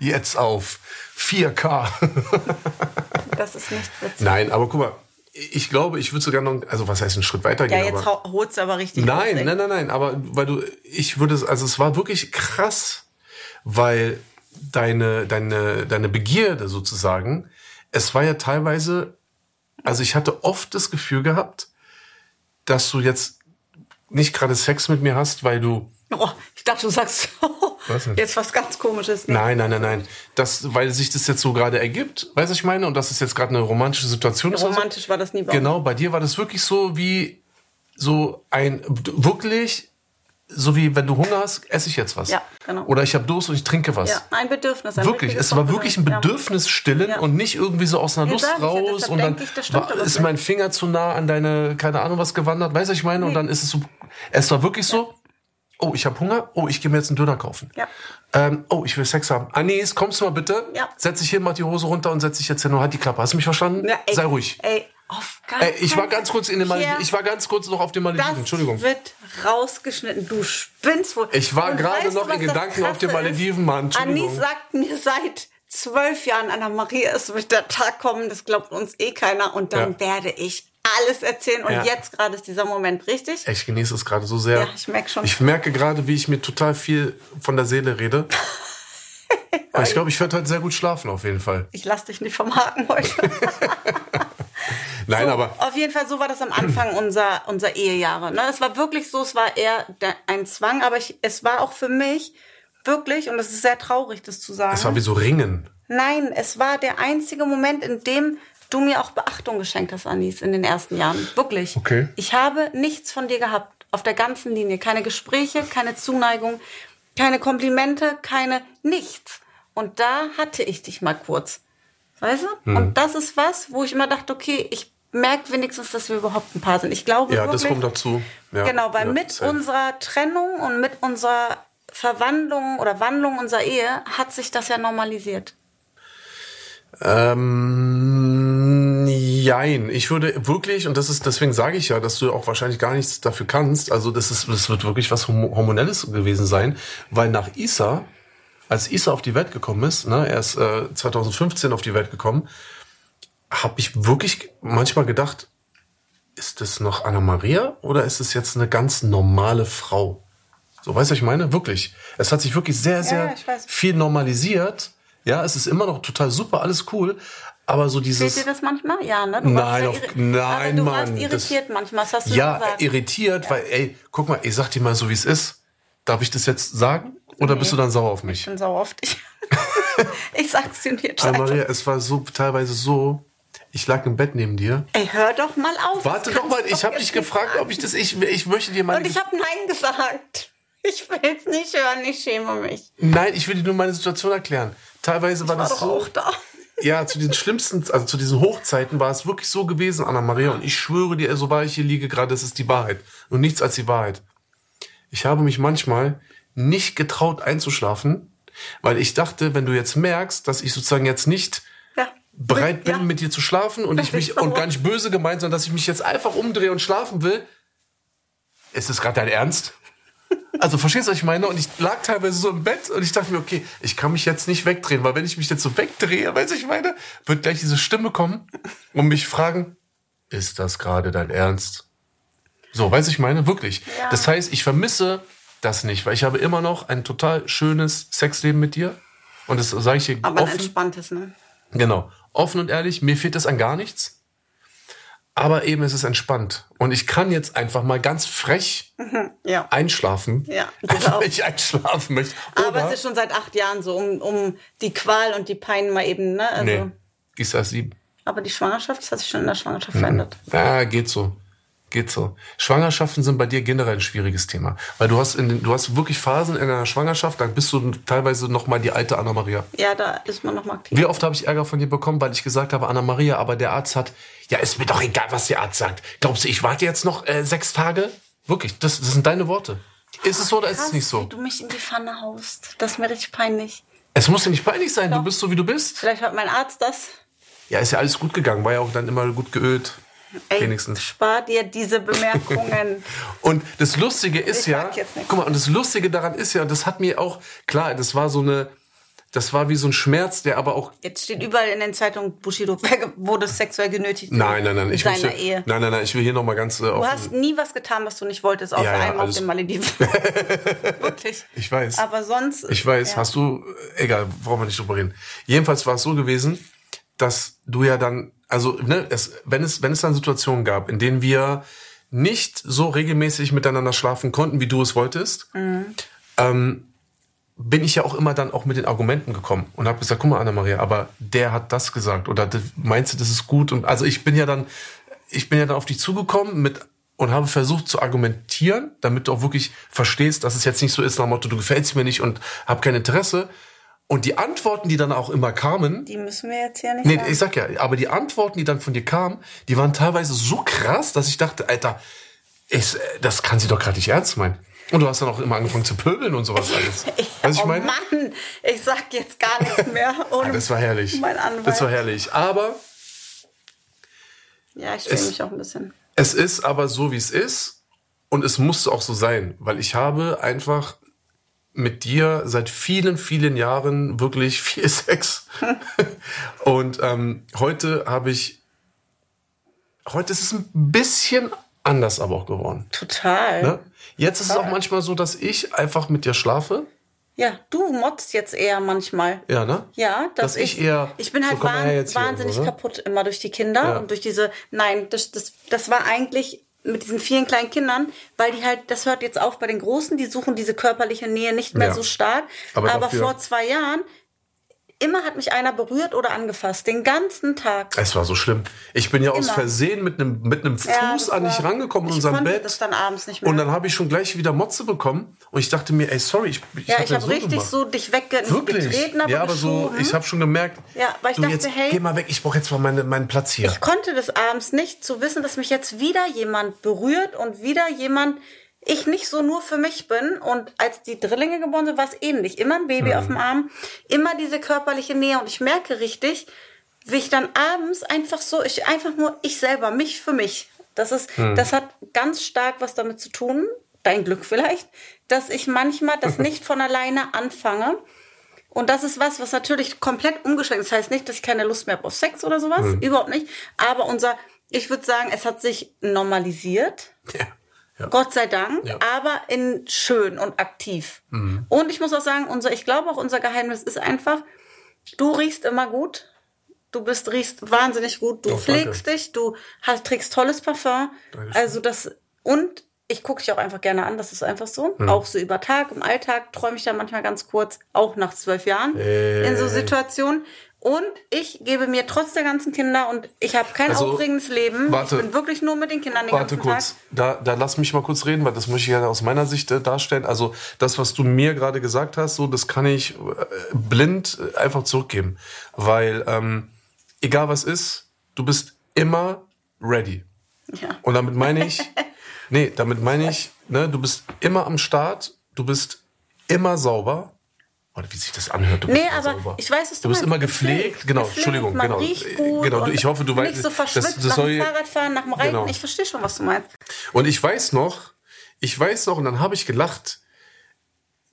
Speaker 2: Jetzt auf 4K.
Speaker 1: Das ist nicht witzig.
Speaker 2: Nein, aber guck mal, ich glaube, ich würde sogar noch, also was heißt einen Schritt weiter
Speaker 1: Ja,
Speaker 2: gehen?
Speaker 1: jetzt
Speaker 2: aber,
Speaker 1: hau- holt's aber richtig. raus,
Speaker 2: nein, ne?
Speaker 1: ey.
Speaker 2: nein, nein, nein, aber weil du, ich würde es, also es war wirklich krass, weil deine, deine, deine Begierde sozusagen, es war ja teilweise, also ich hatte oft das Gefühl gehabt, dass du jetzt nicht gerade Sex mit mir hast, weil du
Speaker 1: Oh, ich dachte, du sagst
Speaker 2: Was denn?
Speaker 1: jetzt was ganz Komisches.
Speaker 2: Nein, nein, nein, nein. Das, weil sich das jetzt so gerade ergibt, weißt du, was ich meine? Und das ist jetzt gerade eine romantische Situation. ist oder so.
Speaker 1: Romantisch war das nie bei uns.
Speaker 2: Genau, bei dir war das wirklich so wie so ein, wirklich, so wie wenn du Hunger hast, esse ich jetzt was.
Speaker 1: Ja, genau.
Speaker 2: Oder ich habe Durst und ich trinke was.
Speaker 1: Ja, ein Bedürfnis. Ein
Speaker 2: Wirklich,
Speaker 1: richtiges
Speaker 2: es war wirklich ein
Speaker 1: Bedürfnis.
Speaker 2: Bedürfnis stillen
Speaker 1: Ja.
Speaker 2: und nicht irgendwie so aus einer
Speaker 1: Ja,
Speaker 2: Lust
Speaker 1: sag ich ja,
Speaker 2: raus
Speaker 1: deshalb
Speaker 2: und dann
Speaker 1: denke ich, das stimmt
Speaker 2: war,
Speaker 1: aber
Speaker 2: ist
Speaker 1: nicht.
Speaker 2: mein Finger zu nah an deine, keine Ahnung was gewandert, weißt du, was ich meine? Und dann ist es so, es war wirklich so, oh, ich habe Hunger, oh, ich gehe mir jetzt einen Döner kaufen.
Speaker 1: Ja.
Speaker 2: Ähm, oh, ich will Sex haben. Anis, kommst du mal bitte?
Speaker 1: Ja.
Speaker 2: Setz dich hier, mach die Hose runter und setz dich jetzt hin und halt die Klappe. Hast du mich verstanden?
Speaker 1: Ja, ey,
Speaker 2: Sei ruhig.
Speaker 1: Ey, auf gar
Speaker 2: Ey, Äh, ich war
Speaker 1: keinen
Speaker 2: ganz kurz in den
Speaker 1: Fall.
Speaker 2: Mal
Speaker 1: Hier,
Speaker 2: ich war ganz kurz noch auf den Malediven.
Speaker 1: das
Speaker 2: Entschuldigung.
Speaker 1: wird rausgeschnitten. Du spinnst wohl.
Speaker 2: Ich war
Speaker 1: Und
Speaker 2: gerade
Speaker 1: weißt du,
Speaker 2: noch in
Speaker 1: was das
Speaker 2: Gedanken auf den
Speaker 1: Krasse
Speaker 2: Malediven, Mann.
Speaker 1: ist?
Speaker 2: Entschuldigung.
Speaker 1: Anis sagt mir seit zwölf Jahren, Anna Maria, es wird der Tag kommen, das glaubt uns eh keiner. Und dann
Speaker 2: Ja.
Speaker 1: werde ich alles erzählen. Und
Speaker 2: Ja.
Speaker 1: jetzt gerade ist dieser Moment richtig.
Speaker 2: Ich genieße es gerade so sehr.
Speaker 1: Ja, ich merk schon.
Speaker 2: Ich merke gerade, wie ich mir total viel von der
Speaker 1: [LAUGHS]
Speaker 2: Seele rede. Aber ich glaube, ich werde heute sehr gut schlafen, auf jeden Fall.
Speaker 1: Ich lasse dich nicht vom Haken
Speaker 2: [LAUGHS]
Speaker 1: heute.
Speaker 2: Nein,
Speaker 1: so,
Speaker 2: aber
Speaker 1: Auf jeden Fall, so war das am Anfang unserer, unserer Ehejahre. Ne? Es war wirklich so, es war eher de- ein Zwang, aber ich, es war auch für mich wirklich, und es ist sehr traurig, das zu sagen.
Speaker 2: es war wie so Ringen.
Speaker 1: Nein, es war der einzige Moment, in dem du mir auch Beachtung geschenkt hast, Anis, in den ersten Jahren. Wirklich.
Speaker 2: Okay.
Speaker 1: Ich habe nichts von dir gehabt. Auf der ganzen Linie. Keine Gespräche, keine Zuneigung, keine Komplimente, keine nichts. Und da hatte ich dich mal kurz. Weißt du?
Speaker 2: Hm.
Speaker 1: Und das ist was, wo ich immer dachte, okay, ich merke wenigstens, dass wir überhaupt ein Paar sind. Ich glaube
Speaker 2: Ja,
Speaker 1: wirklich,
Speaker 2: das kommt dazu. Ja,
Speaker 1: Genau, weil
Speaker 2: ja,
Speaker 1: mit
Speaker 2: safe.
Speaker 1: unserer Trennung und mit unserer Verwandlung oder Wandlung unserer Ehe hat sich das ja normalisiert.
Speaker 2: Ähm, jein. Ich würde wirklich, und das ist, deswegen sage ich ja, dass du auch wahrscheinlich gar nichts dafür kannst. Also, das ist, das wird wirklich was Homo- Hormonelles gewesen sein, weil nach Isa, als Isa auf die Welt gekommen ist, ne, er ist äh, 2015 auf die Welt gekommen, habe ich wirklich manchmal gedacht, ist das noch Anna-Maria oder ist es jetzt eine ganz normale Frau? So, weißt du, was ich meine? Wirklich. Es hat sich wirklich sehr, sehr
Speaker 1: ich weiß.
Speaker 2: viel normalisiert. Ja, es ist immer noch total super, alles cool. Aber so
Speaker 1: Seht
Speaker 2: dieses.
Speaker 1: ihr das manchmal? Ja, ne? Du
Speaker 2: Nein,
Speaker 1: warst ja
Speaker 2: auf-
Speaker 1: irri-
Speaker 2: nein,
Speaker 1: Aber du
Speaker 2: Mann,
Speaker 1: warst
Speaker 2: das-
Speaker 1: irritiert manchmal, das hast du
Speaker 2: Ja,
Speaker 1: gesagt.
Speaker 2: irritiert, weil, ey, guck mal, ich sag dir mal so, wie es ist. Darf ich das jetzt sagen? Oder bist du
Speaker 1: Mhm.
Speaker 2: dann sauer
Speaker 1: [LAUGHS]
Speaker 2: auf mich?
Speaker 1: Ich bin sauer auf dich.
Speaker 2: [LAUGHS]
Speaker 1: ich sag's dir jetzt
Speaker 2: Anna
Speaker 1: einfach.
Speaker 2: Maria, es war so teilweise so, ich lag im Bett neben dir.
Speaker 1: Ey, hör doch mal auf.
Speaker 2: Warte
Speaker 1: Das
Speaker 2: doch mal,
Speaker 1: kannst
Speaker 2: ich
Speaker 1: du
Speaker 2: habe
Speaker 1: doch
Speaker 2: dich
Speaker 1: jetzt
Speaker 2: gefragt,
Speaker 1: nicht
Speaker 2: ob ich das. Ich, ich möchte dir
Speaker 1: sagen.
Speaker 2: meine.
Speaker 1: Und ich habe Nein gesagt. Ich will's nicht hören, ich schäme mich.
Speaker 2: Nein, ich will dir nur meine Situation erklären. Teilweise war,
Speaker 1: War
Speaker 2: das
Speaker 1: doch
Speaker 2: so.
Speaker 1: auch da.
Speaker 2: Ja, zu den schlimmsten, also zu diesen Hochzeiten war es wirklich so gewesen, Anna-Maria. Und ich schwöre dir, so wahr ich hier liege, gerade, das ist die Wahrheit. Und nichts als die Wahrheit. Ich habe mich manchmal nicht getraut einzuschlafen, weil ich dachte, wenn du jetzt merkst, dass ich sozusagen jetzt nicht
Speaker 1: Ja.
Speaker 2: bereit bin,
Speaker 1: Ja.
Speaker 2: mit dir zu schlafen und ich
Speaker 1: Das ist [LAUGHS]
Speaker 2: mich
Speaker 1: so.
Speaker 2: und gar nicht böse gemeint, sondern dass ich mich jetzt einfach umdrehe und schlafen will. Ist das gerade dein Ernst? Also verstehst du, was ich meine? Und ich lag teilweise so im Bett und ich dachte mir, okay, ich kann mich jetzt nicht wegdrehen, weil wenn ich mich jetzt so wegdrehe, weißt du, ich meine, wird gleich diese Stimme kommen und mich fragen, ist das gerade dein Ernst? So, weißt du, ich meine, wirklich. Das heißt, ich vermisse das nicht, weil ich habe immer noch ein total schönes Sexleben mit dir. Und das sage ich dir
Speaker 1: Aber ein
Speaker 2: offen.
Speaker 1: entspanntes, ne?
Speaker 2: Genau. Offen und ehrlich, mir fehlt es an gar nichts. Aber eben ist es entspannt. Und ich kann jetzt einfach mal ganz frech
Speaker 1: Ja.
Speaker 2: einschlafen,
Speaker 1: Ja,
Speaker 2: [LAUGHS] einfach
Speaker 1: genau.
Speaker 2: wenn ich einschlafen möchte.
Speaker 1: Aber
Speaker 2: Oder-
Speaker 1: es ist schon seit acht Jahren so, um, um die Qual und die Pein mal eben, ne? Also,
Speaker 2: nee, ist das sieben.
Speaker 1: Aber die Schwangerschaft, das hat sich schon in der Schwangerschaft verändert.
Speaker 2: Ja, geht so. Geht so. Schwangerschaften sind bei dir generell ein schwieriges Thema. Weil du hast, in den, du hast wirklich Phasen in einer Schwangerschaft, dann bist du teilweise nochmal die alte Anna-Maria.
Speaker 1: Ja, da ist man nochmal aktiv.
Speaker 2: Wie oft habe ich Ärger von dir bekommen, weil ich gesagt habe, Anna-Maria, aber der Arzt hat, ja, ist mir doch egal, was der Arzt sagt. Glaubst du, ich warte jetzt noch äh, sechs Tage? Wirklich, das, das sind deine Worte. Ist es so oder ist es
Speaker 1: Krass,
Speaker 2: nicht so?
Speaker 1: Wie du mich in die Pfanne haust. Das ist mir richtig peinlich.
Speaker 2: Es muss dir nicht peinlich sein, du bist so, wie du bist.
Speaker 1: Vielleicht hört mein Arzt das.
Speaker 2: Ja, ist ja alles gut gegangen, war ja auch dann immer gut geölt.
Speaker 1: Ey,
Speaker 2: Wenigstens.
Speaker 1: spar dir diese
Speaker 2: [LAUGHS]
Speaker 1: Bemerkungen.
Speaker 2: Und das Lustige ist
Speaker 1: Ich
Speaker 2: ja,
Speaker 1: sag jetzt nichts.
Speaker 2: guck mal, und das Lustige daran ist ja, das hat mir auch, klar, das war so eine, das war wie so ein Schmerz, der aber auch,
Speaker 1: Jetzt steht überall in den Zeitungen, Bushido verge- wurde sexuell genötigt.
Speaker 2: nein, nein, nein,
Speaker 1: in
Speaker 2: ich muss
Speaker 1: seiner
Speaker 2: hier,
Speaker 1: Ehe.
Speaker 2: nein, nein, nein, ich will hier nochmal ganz äh,
Speaker 1: Du
Speaker 2: offen,
Speaker 1: hast nie was getan, was du nicht wolltest, außer
Speaker 2: Ja, ja,
Speaker 1: einmal auf
Speaker 2: alles-
Speaker 1: den
Speaker 2: [LAUGHS]
Speaker 1: Malediven. [LAUGHS] Wirklich.
Speaker 2: ich weiß.
Speaker 1: Aber sonst.
Speaker 2: Ich weiß,
Speaker 1: ja.
Speaker 2: hast du, egal, brauchen wir nicht drüber reden. Jedenfalls war es so gewesen, dass du ja dann, also, ne, es, wenn es, wenn es dann Situationen gab, in denen wir nicht so regelmäßig miteinander schlafen konnten, wie du es wolltest, ähm, bin ich ja auch immer dann auch mit den Argumenten gekommen und habe gesagt, guck mal, Anna-Maria, aber der hat das gesagt oder das- meinst du, das ist gut? Und also ich bin ja dann, ich bin ja dann auf dich zugekommen mit und habe versucht zu argumentieren, damit du auch wirklich verstehst, dass es jetzt nicht so ist, nach dem Motto, du gefällst mir nicht und hab kein Interesse. Und die Antworten, die dann auch immer kamen,
Speaker 1: Die müssen wir jetzt hier nicht.
Speaker 2: nee,
Speaker 1: sagen.
Speaker 2: ich sag ja, aber die Antworten, die dann von dir kamen, die waren teilweise so krass, dass ich dachte, Alter, ich, das kann sie doch gerade nicht ernst meinen. Und du hast dann auch immer angefangen zu pöbeln und sowas alles. Weißt du,
Speaker 1: oh Mann, ich sag jetzt gar
Speaker 2: [LAUGHS]
Speaker 1: nichts mehr. Ohne
Speaker 2: Ah, Das war herrlich.
Speaker 1: Mein Anwalt.
Speaker 2: Das war herrlich. Aber
Speaker 1: ja, ich schäme mich auch ein bisschen.
Speaker 2: es ist aber so, wie es ist. Und es musste auch so sein, weil ich habe einfach mit dir seit vielen, vielen Jahren wirklich [LAUGHS]
Speaker 1: [LAUGHS]
Speaker 2: viel Sex. Und ähm, heute habe ich. Heute ist es ein bisschen anders aber auch geworden.
Speaker 1: Total.
Speaker 2: Ne? Jetzt ist es auch manchmal so, dass ich einfach mit dir schlafe.
Speaker 1: Ja, du motzt jetzt eher manchmal.
Speaker 2: Ja, ne?
Speaker 1: Ja, dass,
Speaker 2: Dass ich eher
Speaker 1: Ich bin
Speaker 2: so,
Speaker 1: halt
Speaker 2: komm her
Speaker 1: wahn-
Speaker 2: jetzt hier
Speaker 1: wahnsinnig
Speaker 2: und so, ne?
Speaker 1: kaputt immer durch die Kinder
Speaker 2: Ja.
Speaker 1: und durch diese. Nein, das, das, das war eigentlich mit diesen vielen kleinen Kindern, weil die halt, das hört jetzt auf bei den Großen, die suchen diese körperliche Nähe nicht mehr
Speaker 2: Ja.
Speaker 1: so stark.
Speaker 2: Aber
Speaker 1: Aber,
Speaker 2: dafür-
Speaker 1: vor zwei Jahren, immer hat mich einer berührt oder angefasst, den ganzen Tag.
Speaker 2: Es war so schlimm. Ich bin ja aus
Speaker 1: Immer.
Speaker 2: Versehen mit einem, mit einem
Speaker 1: Ja,
Speaker 2: Fuß
Speaker 1: das
Speaker 2: an dich
Speaker 1: war-
Speaker 2: rangekommen in
Speaker 1: ich
Speaker 2: unserem
Speaker 1: konnte
Speaker 2: Bett.
Speaker 1: das dann abends nicht mehr.
Speaker 2: Und dann habe ich schon gleich wieder Motze bekommen und ich dachte mir, ey, sorry, ich, ich
Speaker 1: ja,
Speaker 2: hab
Speaker 1: ich habe
Speaker 2: so
Speaker 1: richtig
Speaker 2: gemacht.
Speaker 1: so dich
Speaker 2: wirklich.
Speaker 1: weggetreten, aber,
Speaker 2: ja, aber so,
Speaker 1: geschoben.
Speaker 2: ich habe schon gemerkt,
Speaker 1: Ja, weil ich
Speaker 2: du
Speaker 1: dachte,
Speaker 2: jetzt
Speaker 1: hey-
Speaker 2: geh mal weg, ich brauche jetzt mal meine, meinen Platz hier.
Speaker 1: Ich konnte das abends nicht, zu wissen, dass mich jetzt wieder jemand berührt und wieder jemand, ich nicht so nur für mich bin. Und als die Drillinge geboren sind, war es ähnlich. Immer ein Baby auf dem Arm, immer diese körperliche Nähe. Und ich merke richtig, wie ich dann abends einfach so, ich einfach nur ich selber, mich für mich. Das ist, das hat ganz stark was damit zu tun, dein Glück vielleicht, dass ich manchmal das nicht von alleine anfange. Und das ist was, was natürlich komplett umgeschränkt ist. Das heißt nicht, dass ich keine Lust mehr habe auf Sex oder sowas. Überhaupt nicht. Aber unser, ich würde sagen, es hat sich normalisiert.
Speaker 2: [LAUGHS] ja. Ja.
Speaker 1: Gott sei Dank.
Speaker 2: Ja. Mhm.
Speaker 1: Aber in schön und aktiv. Und ich muss auch sagen, unser, ich glaube auch unser Geheimnis ist einfach, du riechst immer gut. Du bist, riechst wahnsinnig gut. Du
Speaker 2: Oh, danke.
Speaker 1: pflegst dich. Du hast, trägst tolles Parfum.
Speaker 2: Dankeschön.
Speaker 1: Also das, und ich gucke dich auch einfach gerne an. Das ist einfach so.
Speaker 2: Mhm.
Speaker 1: Auch so über Tag, im Alltag träume ich da manchmal ganz kurz, auch nach zwölf Jahren
Speaker 2: Ey.
Speaker 1: in so Situationen. Und ich gebe mir trotz der ganzen Kinder und ich habe kein
Speaker 2: Also,
Speaker 1: aufregendes Leben.
Speaker 2: warte.
Speaker 1: ich bin wirklich nur mit den Kindern den
Speaker 2: Warte
Speaker 1: ganzen
Speaker 2: kurz,
Speaker 1: Tag.
Speaker 2: da, da lass mich mal kurz reden, weil das möchte ich ja aus meiner Sicht äh, darstellen. Also das, was du mir gerade gesagt hast, so das kann ich äh, blind äh, einfach zurückgeben, weil ähm, egal was ist, du bist immer ready.
Speaker 1: Ja.
Speaker 2: Und damit
Speaker 1: [LAUGHS]
Speaker 2: meine ich, nee, damit meine ich, ne, du bist immer am Start, du bist immer sauber. Oder wie sich das anhört, du
Speaker 1: Nee,
Speaker 2: immer
Speaker 1: aber ich weiß, was du
Speaker 2: Du
Speaker 1: meinst.
Speaker 2: bist immer gepflegt, genau, Entschuldigung,
Speaker 1: man
Speaker 2: genau.
Speaker 1: Riecht gut
Speaker 2: Genau, du-
Speaker 1: und
Speaker 2: ich hoffe, du weißt-
Speaker 1: Nicht so
Speaker 2: das-
Speaker 1: verschwitzt
Speaker 2: das
Speaker 1: nach
Speaker 2: soll
Speaker 1: dem
Speaker 2: ja-
Speaker 1: Fahrradfahren, nach dem Reiten.
Speaker 2: Genau.
Speaker 1: Ich verstehe schon, was du meinst.
Speaker 2: Und ich weiß noch, ich weiß noch, und dann habe ich gelacht.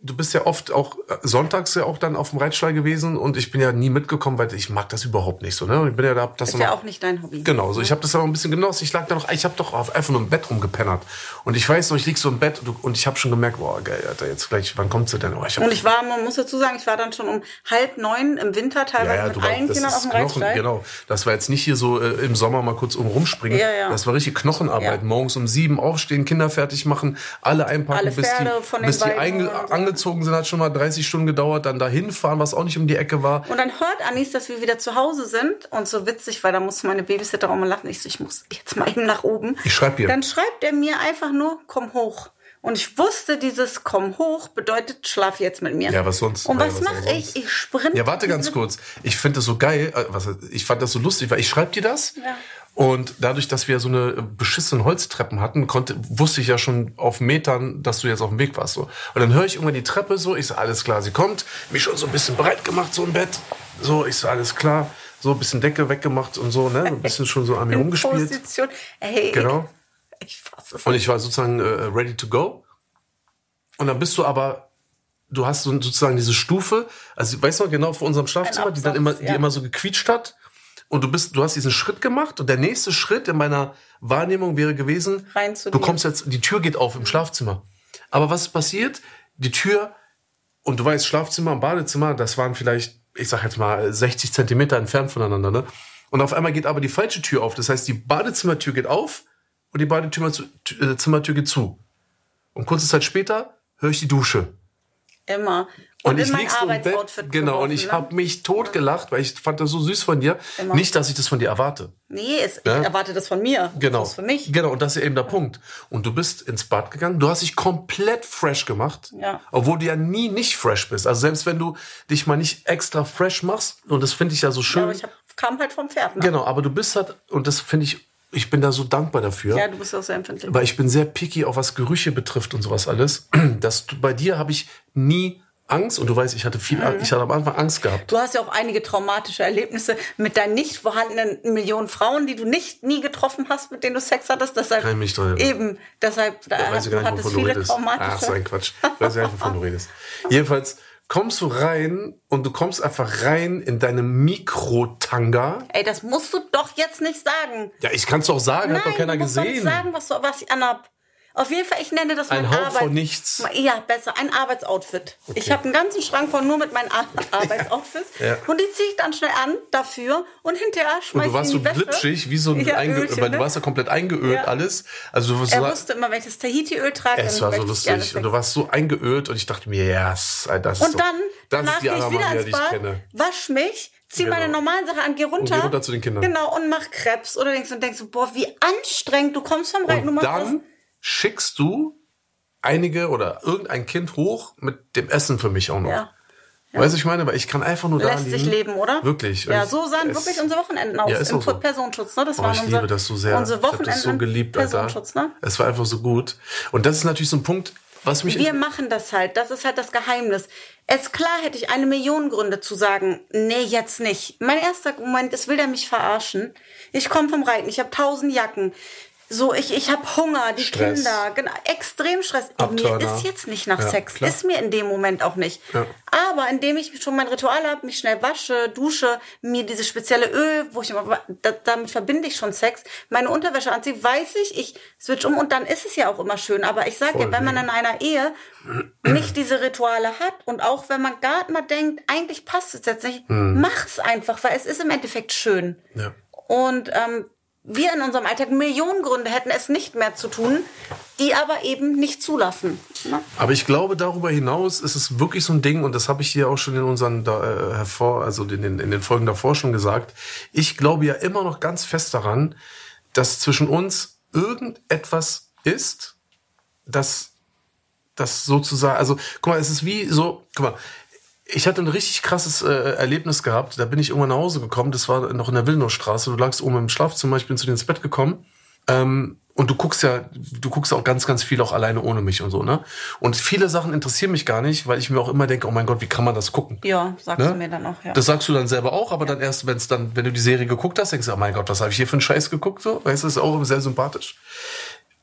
Speaker 2: du bist ja oft auch äh, sonntags ja auch dann auf dem Reitstall gewesen und ich bin ja nie mitgekommen, weil ich mag das überhaupt nicht so. Ne? Ich bin ja da, hab das
Speaker 1: Ist
Speaker 2: immer-
Speaker 1: ja auch nicht dein Hobby.
Speaker 2: Genau, so ich habe das aber ein bisschen genossen. Ich lag da noch, ich habe doch auf- einfach nur im Bett rumgepennert. Und ich weiß noch, ich lieg so im Bett und, und ich habe schon gemerkt, boah, geil, Alter, jetzt gleich, wann kommt sie denn? Oh, ich hab,
Speaker 1: Und ich war, man muss dazu sagen, ich war dann schon um halb neun im Winter teilweise mit
Speaker 2: war-
Speaker 1: allen
Speaker 2: das
Speaker 1: Kindern
Speaker 2: ist
Speaker 1: auf dem
Speaker 2: Knochen,
Speaker 1: Reitstall.
Speaker 2: Genau, das war jetzt nicht hier so äh, im Sommer mal kurz um rumspringen.
Speaker 1: Ja, ja.
Speaker 2: Das war richtig Knochenarbeit.
Speaker 1: Ja.
Speaker 2: Morgens um sieben aufstehen, Kinder fertig machen, alle einpacken,
Speaker 1: Alle
Speaker 2: bis
Speaker 1: Pferde
Speaker 2: die,
Speaker 1: von den
Speaker 2: bis die
Speaker 1: Weiden
Speaker 2: einge-
Speaker 1: oder so.
Speaker 2: angezogen sind, hat schon mal 30 Stunden gedauert. Dann dahin fahren, was auch nicht um die Ecke war.
Speaker 1: Und dann hört Anis, dass wir wieder zu Hause sind. Und so witzig, weil da musste meine Babysitter auch mal lachen. Ich so, ich muss jetzt mal eben nach oben.
Speaker 2: Ich schreib ihr.
Speaker 1: Dann schreibt er mir einfach nur, komm hoch. Und ich wusste, dieses komm hoch bedeutet, schlaf jetzt mit mir.
Speaker 2: Ja, was sonst?
Speaker 1: Und
Speaker 2: Ja,
Speaker 1: was
Speaker 2: was
Speaker 1: mache
Speaker 2: sonst?
Speaker 1: ich? Ich sprinte.
Speaker 2: Ja, warte
Speaker 1: [LAUGHS]
Speaker 2: ganz
Speaker 1: diese-
Speaker 2: kurz. Ich finde das so geil. äh, Was, ich fand das so lustig, weil ich schreibe dir das.
Speaker 1: Ja.
Speaker 2: Und dadurch, dass wir so eine äh, beschissenen Holztreppen hatten, konnte, wusste ich ja schon auf Metern, dass du jetzt auf dem Weg warst. So. Und dann höre ich irgendwann die Treppe so. Ich so, alles klar, sie kommt. Mich schon so ein bisschen bereit gemacht, so im Bett. So, ich so, alles klar. So ein bisschen Decke weggemacht und so, ne? So ein bisschen schon so an mir
Speaker 1: [LAUGHS] in
Speaker 2: rumgespielt.
Speaker 1: Äh, Position. Hey,
Speaker 2: Genau.
Speaker 1: ich fasse es
Speaker 2: Und
Speaker 1: nicht.
Speaker 2: ich war sozusagen äh, ready to go. Und dann bist du aber, du hast so, sozusagen diese Stufe, also weißt du noch genau vor unserem Schlafzimmer, die dann immer,
Speaker 1: Absatz,
Speaker 2: die
Speaker 1: ja.
Speaker 2: immer so gequietscht hat. Und du bist, du hast diesen Schritt gemacht und der nächste Schritt in meiner Wahrnehmung wäre gewesen,
Speaker 1: Rein zu
Speaker 2: du
Speaker 1: dir.
Speaker 2: kommst jetzt, die Tür geht auf im Schlafzimmer. Aber was ist passiert? Die Tür, und du weißt, Schlafzimmer und Badezimmer, das waren vielleicht, ich sag jetzt mal, 60 Zentimeter entfernt voneinander, ne? Und auf einmal geht aber die falsche Tür auf. Das heißt, die Badezimmertür geht auf und die Badezimmertür äh, Zimmertür geht zu. Und kurze Zeit später höre ich die Dusche.
Speaker 1: Immer.
Speaker 2: Und,
Speaker 1: in
Speaker 2: ich
Speaker 1: mein
Speaker 2: lieg so im Bett,
Speaker 1: Arbeitsoutfit
Speaker 2: genau, und
Speaker 1: geworfen,
Speaker 2: ich
Speaker 1: ne?
Speaker 2: habe mich tot gelacht, weil ich fand das so süß von dir.
Speaker 1: Immer.
Speaker 2: Nicht, dass ich das von dir erwarte.
Speaker 1: ne? Nee, es,
Speaker 2: Ja.
Speaker 1: ich erwarte das von mir.
Speaker 2: Genau.
Speaker 1: Das ist für mich.
Speaker 2: Genau, und das ist eben der Punkt. Und du bist ins Bad gegangen, du hast dich komplett fresh gemacht,
Speaker 1: Ja.
Speaker 2: obwohl du ja nie nicht fresh bist. Also selbst wenn du dich mal nicht extra fresh machst, und das finde ich ja so schön.
Speaker 1: Aber ich hab, kam halt vom Pferd. Ne?
Speaker 2: genau, aber du bist halt, und das finde ich, ich bin da so dankbar dafür.
Speaker 1: Ja, du bist auch sehr empfindlich.
Speaker 2: Weil ich bin sehr picky, auch was Gerüche betrifft und sowas alles. [CLEARS THROAT] Das, bei dir habe ich nie Angst und du weißt, ich hatte viel
Speaker 1: Mhm.
Speaker 2: Angst, ich hatte am Anfang Angst gehabt.
Speaker 1: Du hast ja auch einige traumatische Erlebnisse mit deinen nicht vorhandenen Millionen Frauen, die du nicht nie getroffen hast, mit denen du Sex hattest. Deshalb
Speaker 2: Kann ich mich dran erinnern.
Speaker 1: eben, deshalb da
Speaker 2: Weiß ich
Speaker 1: hast,
Speaker 2: gar
Speaker 1: du
Speaker 2: nicht,
Speaker 1: hattest
Speaker 2: wovon du
Speaker 1: viele
Speaker 2: redest. Ach, so
Speaker 1: traumatische.
Speaker 2: ein Quatsch. Weiß ich gar nicht, wovon du redest. Jedenfalls kommst du rein und du kommst einfach rein in deine Mikrotanga.
Speaker 1: Ey, das musst du doch jetzt nicht sagen.
Speaker 2: Ja, ich kann es doch sagen, hat doch keiner
Speaker 1: du musst doch nicht
Speaker 2: gesehen.
Speaker 1: sagen, was, du, was ich anhab. Auf jeden Fall, ich nenne das
Speaker 2: Ein
Speaker 1: mein
Speaker 2: Hauch
Speaker 1: Arbeits...
Speaker 2: von nichts.
Speaker 1: Ja, besser, ein Arbeitsoutfit. Ich habe einen ganzen Schrank von nur mit meinen
Speaker 2: [LAUGHS]
Speaker 1: Ar [LAUGHS] Arbeitsoutfits.
Speaker 2: Ja.
Speaker 1: Und die ziehe ich dann schnell an dafür und hinterher
Speaker 2: Und
Speaker 1: schmeiß
Speaker 2: du warst
Speaker 1: ich
Speaker 2: so
Speaker 1: in die Wäsche.
Speaker 2: glitschig, wie so ein
Speaker 1: Ja,
Speaker 2: einge-
Speaker 1: Ölchen,
Speaker 2: weil
Speaker 1: ne?
Speaker 2: du warst ja komplett eingeölt
Speaker 1: Ja.
Speaker 2: alles. Also du
Speaker 1: Er
Speaker 2: warst
Speaker 1: wusste immer, welches Tahiti-Öl trage.
Speaker 2: es
Speaker 1: und
Speaker 2: war so
Speaker 1: welches gerne
Speaker 2: lustig. Und du
Speaker 1: trinke.
Speaker 2: warst so eingeölt und ich dachte mir, yes, Alter, das ist
Speaker 1: Und
Speaker 2: doch-
Speaker 1: dann
Speaker 2: das
Speaker 1: danach
Speaker 2: ist die
Speaker 1: gehe ich wieder
Speaker 2: Anna-Maria, die
Speaker 1: ins
Speaker 2: ich
Speaker 1: Bad,
Speaker 2: kenne.
Speaker 1: wasch mich, zieh
Speaker 2: Genau.
Speaker 1: meine normalen Sachen an, geh runter.
Speaker 2: geh runter zu den Kindern.
Speaker 1: Genau, und mach Krebs. Oder denkst und denkst, du, boah, wie anstrengend, du kommst vom Reiten, du
Speaker 2: Und
Speaker 1: machst
Speaker 2: dann schickst du einige oder irgendein Kind hoch mit dem Essen für mich auch noch.
Speaker 1: Ja.
Speaker 2: Weißt du, ich meine, weil ich kann einfach nur
Speaker 1: das.
Speaker 2: da
Speaker 1: Lässt
Speaker 2: liegen.
Speaker 1: sich leben, oder?
Speaker 2: Wirklich.
Speaker 1: Ja,
Speaker 2: Es-
Speaker 1: so sahen
Speaker 2: es-
Speaker 1: wirklich unsere Wochenenden aus.
Speaker 2: Ja, ist
Speaker 1: Im
Speaker 2: auch so.
Speaker 1: Personenschutz, ne? Das
Speaker 2: Oh,
Speaker 1: waren
Speaker 2: ich
Speaker 1: unsere,
Speaker 2: liebe das so sehr.
Speaker 1: Unsere
Speaker 2: ich habe
Speaker 1: Wochenenden.
Speaker 2: das so geliebt, Alter.
Speaker 1: Personenschutz, ne?
Speaker 2: Es war einfach so gut. Und das ist natürlich so ein Punkt, was mich
Speaker 1: Wir machen das halt. Das ist halt das Geheimnis. Es klar hätte ich eine Million Gründe zu sagen, nee, jetzt nicht. Mein erster Moment ist, will der mich verarschen? Ich komme vom Reiten, ich habe tausend Jacken. So, ich, ich habe Hunger, die
Speaker 2: Stress.
Speaker 1: Kinder, genau, extrem Stress. Mir
Speaker 2: Abturner.
Speaker 1: ist jetzt nicht nach
Speaker 2: Ja,
Speaker 1: Sex,
Speaker 2: klar.
Speaker 1: ist mir in dem Moment auch nicht.
Speaker 2: Ja.
Speaker 1: Aber indem ich schon mein Ritual habe, mich schnell wasche, dusche, mir dieses spezielle Öl, wo ich immer, da, damit verbinde ich schon Sex, meine Unterwäsche anziehe, weiß ich, ich switch um und dann ist es ja auch immer schön. Aber ich sage
Speaker 2: Voll,
Speaker 1: ja, wenn man
Speaker 2: ja.
Speaker 1: in einer Ehe nicht diese Rituale hat und auch wenn man gerade mal denkt, eigentlich passt es jetzt nicht, mach's einfach, weil es ist im Endeffekt schön.
Speaker 2: Hm. Ja.
Speaker 1: Und ähm, wir in unserem Alltag Millionen Gründe hätten, es nicht mehr zu tun, die aber eben nicht zulassen. Ne?
Speaker 2: Aber ich glaube, darüber hinaus ist es wirklich so ein Ding, und das habe ich hier auch schon in unseren da, äh, hervor, also in den, in den Folgen davor schon gesagt. Ich glaube ja immer noch ganz fest daran, dass zwischen uns irgendetwas ist, das, das sozusagen, also guck mal, es ist wie so, guck mal, ich hatte ein richtig krasses äh, Erlebnis gehabt. Da bin ich irgendwann nach Hause gekommen. Das war noch in der Willenowstraße. Du lagst oben im Schlafzimmer. Ich bin zu dir ins Bett gekommen. Ähm, und du guckst ja, du guckst auch ganz, ganz viel auch alleine ohne mich und so, ne? Und viele Sachen interessieren mich gar nicht, weil ich mir auch immer denke, oh mein Gott, wie kann man das gucken?
Speaker 1: Ja, sagst
Speaker 2: Ne?
Speaker 1: du mir dann auch, ja.
Speaker 2: Das sagst du dann selber auch, aber dann erst, wenn's dann, wenn du die Serie geguckt hast, denkst du, oh mein Gott, was habe ich hier für einen Scheiß geguckt? So, weißt du, ist auch sehr sympathisch.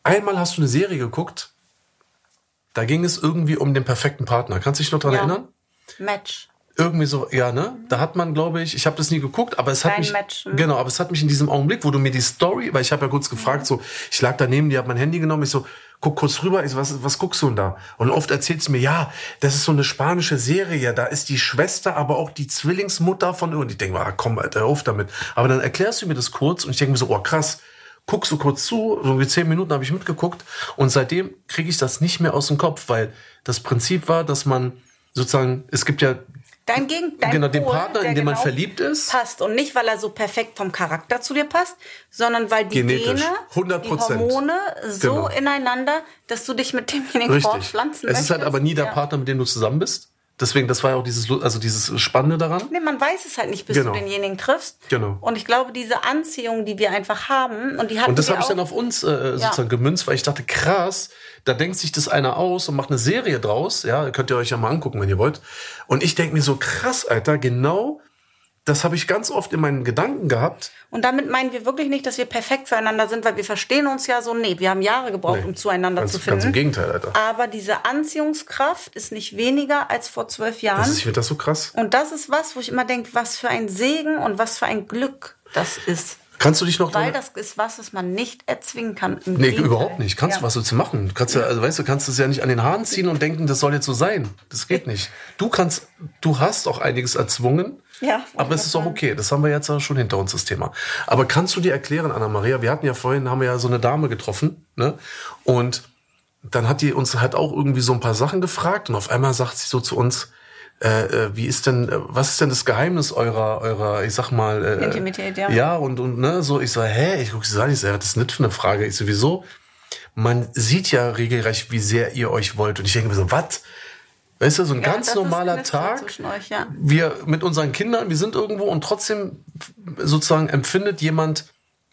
Speaker 2: Einmal hast du eine Serie geguckt, Da ging es irgendwie um den perfekten Partner. Kannst du dich noch daran
Speaker 1: Ja.
Speaker 2: erinnern?
Speaker 1: Match.
Speaker 2: Irgendwie so, ja, ne? Da hat man, glaube ich, ich habe das nie geguckt, aber es hat
Speaker 1: Kein
Speaker 2: mich.
Speaker 1: Match, ne?
Speaker 2: Genau, aber es hat mich in diesem Augenblick, wo du mir die Story, weil ich habe ja kurz gefragt,
Speaker 1: Mhm.
Speaker 2: so, ich lag daneben, die hat mein Handy genommen, ich so, guck kurz rüber, ich so, was, was guckst du denn da? Und oft erzählt sie mir, ja, das ist so eine spanische Serie, da ist die Schwester, aber auch die Zwillingsmutter von. Und ich denke mal, ah, komm, Alter, hör auf damit. Aber dann erklärst du mir das kurz und ich denke mir so, oh krass, guckst du kurz zu, so wie zehn Minuten habe ich mitgeguckt und seitdem kriege ich das nicht mehr aus dem Kopf, weil das Prinzip war, dass man sozusagen, es gibt ja
Speaker 1: Dein Gegen, dein
Speaker 2: genau, den
Speaker 1: Pol,
Speaker 2: Partner,
Speaker 1: der
Speaker 2: in den man
Speaker 1: genau
Speaker 2: verliebt ist.
Speaker 1: passt und nicht, weil er so perfekt vom Charakter zu dir passt, sondern weil die
Speaker 2: Genetisch.
Speaker 1: Gene,
Speaker 2: 100%.
Speaker 1: die Hormone so
Speaker 2: Genau.
Speaker 1: ineinander, dass du dich mit demjenigen
Speaker 2: Richtig. Es
Speaker 1: fortpflanzen
Speaker 2: ist halt aber nie der Partner, mit dem du zusammen bist. Deswegen, das war ja auch dieses, Lu- also dieses Spannende daran.
Speaker 1: Nee, man weiß es halt nicht, bis
Speaker 2: Genau.
Speaker 1: du denjenigen triffst.
Speaker 2: Genau.
Speaker 1: Und ich glaube, diese Anziehung, die wir einfach haben, und die hatten
Speaker 2: Und das
Speaker 1: wir
Speaker 2: habe ich
Speaker 1: auch,
Speaker 2: dann auf uns äh, sozusagen gemünzt, weil ich dachte, krass, da denkt sich das einer aus und macht eine Serie draus. Ja, könnt ihr euch ja mal angucken, wenn ihr wollt. Und ich denke mir so, krass, Alter, genau das habe ich ganz oft in meinen Gedanken gehabt.
Speaker 1: Und damit meinen wir wirklich nicht, dass wir perfekt zueinander sind, weil wir verstehen uns ja so. Nee, wir haben Jahre gebraucht,
Speaker 2: Nee,
Speaker 1: um zueinander
Speaker 2: ganz,
Speaker 1: zu finden.
Speaker 2: Ganz im Gegenteil, Alter.
Speaker 1: Aber diese Anziehungskraft ist nicht weniger als vor zwölf
Speaker 2: Das
Speaker 1: Jahren.
Speaker 2: ist, ich finde das so krass.
Speaker 1: und das ist was, wo ich immer denke, was für ein Segen und was für ein Glück das ist.
Speaker 2: Kannst du dich noch
Speaker 1: Weil
Speaker 2: dran-
Speaker 1: das ist was, was man nicht erzwingen kann. Im
Speaker 2: Nee,
Speaker 1: Gegenteil.
Speaker 2: überhaupt nicht. Kannst du
Speaker 1: Ja.
Speaker 2: was willst du machen? Du Kannst ja, also weißt du, kannst es ja nicht an den Haaren ziehen und denken, das soll jetzt so sein. Das
Speaker 1: [LAUGHS]
Speaker 2: geht nicht. Du kannst, du hast auch einiges erzwungen.
Speaker 1: Ja,
Speaker 2: Aber es ist auch okay. Das haben wir jetzt ja schon hinter uns, das Thema. Aber kannst du dir erklären, Anna-Maria, wir hatten ja vorhin, haben wir ja so eine Dame getroffen, ne? Und dann hat die uns halt auch irgendwie so ein paar Sachen gefragt und auf einmal sagt sie so zu uns, äh, äh, wie ist denn, äh, was ist denn das Geheimnis eurer, eurer, ich sag mal, äh,
Speaker 1: Intimität, ja.
Speaker 2: Ja, und, und ne, so, ich so, hä, ich guck sie so an, ich so, ja, das ist nicht für eine Frage. Ich so, wieso? Man sieht ja regelrecht, wie sehr ihr euch wollt. Und ich denke mir so, was? Weißt du, so ein
Speaker 1: Ja, das
Speaker 2: ganz
Speaker 1: ist
Speaker 2: normaler
Speaker 1: Knistern
Speaker 2: Tag
Speaker 1: Zwischen euch, ja.
Speaker 2: wir mit unseren Kindern, wir sind irgendwo und trotzdem sozusagen empfindet jemand,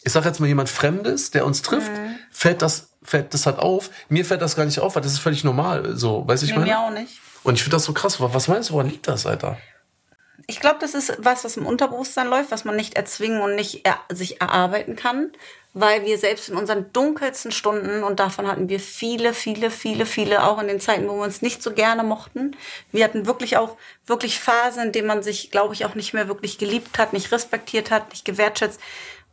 Speaker 2: ich sag jetzt mal jemand Fremdes, der uns trifft,
Speaker 1: Mhm.
Speaker 2: fällt das fällt das halt auf. Mir fällt das gar nicht auf, weil das ist völlig normal. So, weiß ich
Speaker 1: Nee, mir
Speaker 2: meine.
Speaker 1: auch nicht.
Speaker 2: Und ich finde das so krass. Wa- Was meinst du, woran liegt das, Alter?
Speaker 1: Ich glaube, das ist was, was im Unterbewusstsein läuft, was man nicht erzwingen und nicht er sich erarbeiten kann, weil wir selbst in unseren dunkelsten Stunden, und davon hatten wir viele, viele, viele, viele, auch in den Zeiten, wo wir uns nicht so gerne mochten, wir hatten wirklich auch wirklich Phasen, in denen man sich, glaube ich, auch nicht mehr wirklich geliebt hat, nicht respektiert hat, nicht gewertschätzt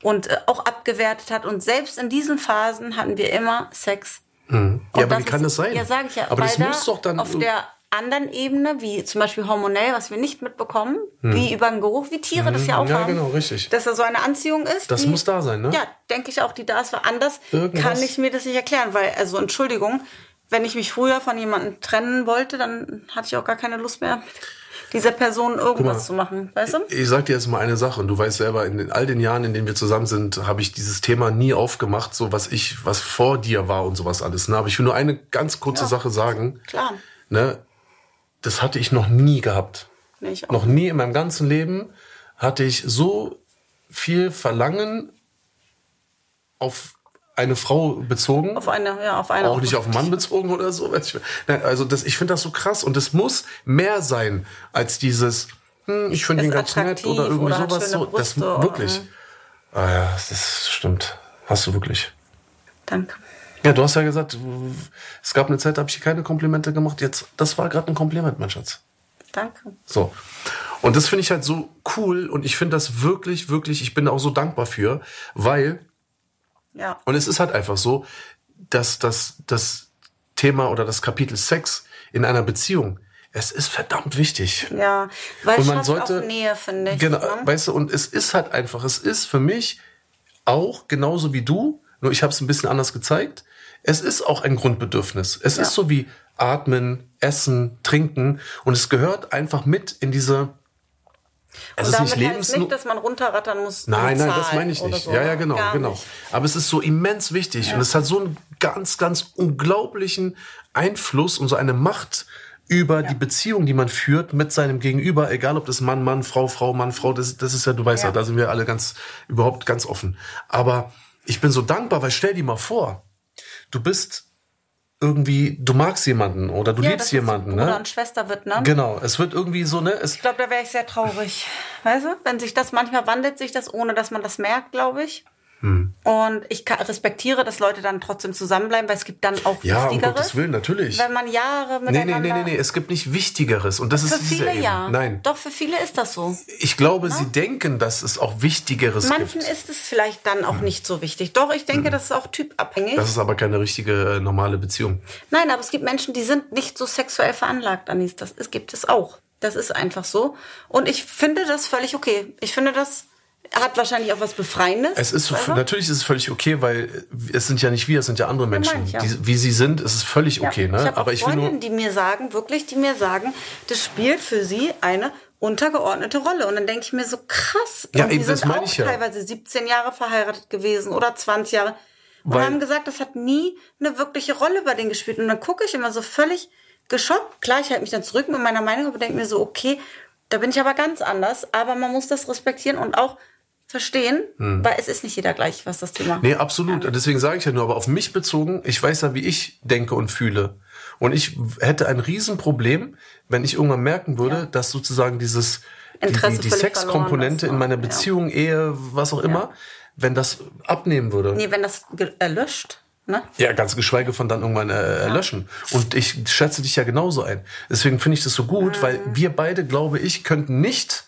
Speaker 1: und äh, auch abgewertet hat. Und selbst in diesen Phasen hatten wir immer Sex.
Speaker 2: Hm. Ja,
Speaker 1: Und
Speaker 2: aber wie
Speaker 1: ist-
Speaker 2: kann das sein?
Speaker 1: Ja, sage ich ja.
Speaker 2: Aber
Speaker 1: weil
Speaker 2: das
Speaker 1: da
Speaker 2: muss doch dann.
Speaker 1: auf der anderen Ebene, wie zum Beispiel hormonell, was wir nicht mitbekommen, wie über den Geruch, wie Tiere das ja auch
Speaker 2: Hm. ja,
Speaker 1: haben,
Speaker 2: genau, richtig.
Speaker 1: dass da so eine Anziehung ist.
Speaker 2: Das muss da sein, ne?
Speaker 1: Hm. Ja, denke ich auch, die da ist, weil anders
Speaker 2: Irgendwas-
Speaker 1: kann ich mir das nicht erklären, weil, also Entschuldigung, wenn ich mich früher von jemandem trennen wollte, dann hatte ich auch gar keine Lust mehr, mit dieser Person irgendwas
Speaker 2: mal.
Speaker 1: zu machen, weißt du?
Speaker 2: ich sag dir jetzt mal eine Sache und du weißt selber, in den, all den Jahren, in denen wir zusammen sind, habe ich dieses Thema nie aufgemacht, so was ich, was vor dir war und sowas alles. Ne? Aber ich will nur eine ganz kurze
Speaker 1: Ja.
Speaker 2: Sache sagen.
Speaker 1: Klar.
Speaker 2: Ne? Das hatte ich noch nie gehabt.
Speaker 1: Nee, ich auch.
Speaker 2: Noch nie in meinem ganzen Leben hatte ich so viel Verlangen auf eine Frau bezogen
Speaker 1: Auf eine, ja, auf eine.
Speaker 2: auch nicht auf den Mann bezogen oder so. weiß ich nicht. Nein, also das, ich finde das so krass und es muss mehr sein als dieses, hm, ich finde
Speaker 1: Ist
Speaker 2: ihn ganz nett
Speaker 1: attraktiv
Speaker 2: oder irgendwie
Speaker 1: oder hat
Speaker 2: sowas.
Speaker 1: schöne
Speaker 2: So. Das
Speaker 1: Brüste oder- ne?
Speaker 2: wirklich. Ah ja, das stimmt. Hast du wirklich.
Speaker 1: Danke.
Speaker 2: Ja, du hast ja gesagt, es gab eine Zeit, da habe ich dir keine Komplimente gemacht. Jetzt, das war gerade ein Kompliment, mein Schatz.
Speaker 1: Danke.
Speaker 2: So. Und das finde ich halt so cool und ich finde das wirklich, wirklich, ich bin da auch so dankbar für, weil
Speaker 1: Ja.
Speaker 2: und es ist halt einfach so, dass, dass das Thema oder das Kapitel Sex in einer Beziehung, es ist verdammt wichtig.
Speaker 1: Ja, weil
Speaker 2: Und
Speaker 1: es
Speaker 2: man
Speaker 1: schafft
Speaker 2: sollte.
Speaker 1: auch Nähe, finde ich.
Speaker 2: Genau,
Speaker 1: ne?
Speaker 2: weißt du, und es ist halt einfach, es ist für mich auch genauso wie du, nur ich habe es ein bisschen anders gezeigt. Es ist auch ein Grundbedürfnis. Es
Speaker 1: Ja.
Speaker 2: ist so wie Atmen, Essen, Trinken und es gehört einfach mit in diese.
Speaker 1: Und
Speaker 2: Es ist
Speaker 1: damit
Speaker 2: nicht
Speaker 1: heißt
Speaker 2: lebensnotwendig.
Speaker 1: nicht, dass man runterrattern muss.
Speaker 2: Nein,
Speaker 1: und
Speaker 2: nein, das
Speaker 1: zahlen
Speaker 2: meine ich
Speaker 1: oder
Speaker 2: nicht.
Speaker 1: so,
Speaker 2: ja,
Speaker 1: ne?
Speaker 2: ja, genau,
Speaker 1: Gar
Speaker 2: genau.
Speaker 1: nicht.
Speaker 2: Aber es ist so immens wichtig und es hat so einen ganz, ganz unglaublichen Einfluss und so eine Macht über die Beziehung, die man führt mit seinem Gegenüber, egal ob das Mann, Mann, Frau, Frau, Mann, Frau, das, das ist ja, du weißt ja.
Speaker 1: Ja.
Speaker 2: da sind wir alle ganz, überhaupt ganz offen. Aber ich bin so dankbar, weil stell dir mal vor, du bist irgendwie, du magst jemanden oder du
Speaker 1: Ja,
Speaker 2: liebst
Speaker 1: dass es
Speaker 2: jemanden,
Speaker 1: Bruder
Speaker 2: ne?
Speaker 1: und Schwester wird, ne?
Speaker 2: Genau, es wird irgendwie so, ne? Es,
Speaker 1: Ich glaube, da wäre ich sehr traurig. Weißt du? Wenn sich das, manchmal wandelt sich das, ohne dass man das merkt, glaube ich.
Speaker 2: Hm.
Speaker 1: Und ich ka- respektiere, dass Leute dann trotzdem zusammenbleiben, weil es gibt dann auch
Speaker 2: Ja, um
Speaker 1: Wichtigeres.
Speaker 2: Gottes Willen, natürlich.
Speaker 1: wenn man Jahre
Speaker 2: Nee,
Speaker 1: miteinander...
Speaker 2: nee, nee, nee, nee, es gibt nicht Wichtigeres. Und das
Speaker 1: Für
Speaker 2: ist diese
Speaker 1: viele
Speaker 2: Ebene.
Speaker 1: ja.
Speaker 2: Nein.
Speaker 1: Doch, für viele ist das so.
Speaker 2: Ich glaube, sie denken, dass es auch Wichtigeres
Speaker 1: Manchen
Speaker 2: gibt. Hm.
Speaker 1: ist es vielleicht dann auch nicht so wichtig. Doch, ich denke, das ist auch typabhängig.
Speaker 2: Das ist aber keine richtige äh, normale Beziehung.
Speaker 1: Nein, aber es gibt Menschen, die sind nicht so sexuell veranlagt, Anis. Das ist, gibt es auch. Das ist einfach so. Und ich finde das völlig okay. Ich finde, das hat wahrscheinlich auch was Befreiendes.
Speaker 2: Es ist
Speaker 1: Also,
Speaker 2: natürlich ist es völlig okay, weil äh, es sind ja nicht wir, es sind ja andere Menschen,
Speaker 1: meine ich, ja.
Speaker 2: die, wie sie sind. Es ist völlig okay,
Speaker 1: Ich
Speaker 2: ne?
Speaker 1: habe
Speaker 2: Aber
Speaker 1: auch
Speaker 2: ich will
Speaker 1: Freundinnen,
Speaker 2: nur,
Speaker 1: die mir sagen, wirklich, die mir sagen, das spielt für sie eine untergeordnete Rolle. Und dann denke ich mir so krass.
Speaker 2: Ja,
Speaker 1: und die
Speaker 2: eben, das
Speaker 1: sind
Speaker 2: meine
Speaker 1: auch
Speaker 2: ich ja.
Speaker 1: teilweise 17 Jahre verheiratet gewesen oder 20 Jahre. Und
Speaker 2: Weil-
Speaker 1: haben gesagt, das hat nie eine wirkliche Rolle bei denen gespielt. Und dann gucke ich immer so völlig geschockt. Klar, ich halte mich dann zurück mit meiner Meinung, aber denke mir so, okay, da bin ich aber ganz anders. Aber man muss das respektieren und auch verstehen, weil es ist nicht jeder gleich, was das Thema
Speaker 2: Hm. nee, absolut. Deswegen sage ich ja nur, aber auf mich bezogen, ich weiß ja, wie ich denke und fühle. Und ich w- hätte ein Riesenproblem, wenn ich irgendwann merken würde, dass sozusagen dieses die-
Speaker 1: Interesse völlig
Speaker 2: die, die
Speaker 1: verloren ist,
Speaker 2: Sexkomponente
Speaker 1: ne?
Speaker 2: in meiner
Speaker 1: Ja.
Speaker 2: Beziehung, Ehe, was auch immer, wenn das abnehmen würde.
Speaker 1: Nee, wenn das ge- erlöscht, ne?
Speaker 2: Ja, ganz geschweige von dann irgendwann äh, löschen. Und ich schätze dich ja genauso ein. Deswegen finde ich das so gut, weil
Speaker 1: Mhm.
Speaker 2: wir beide, glaube ich, könnten nicht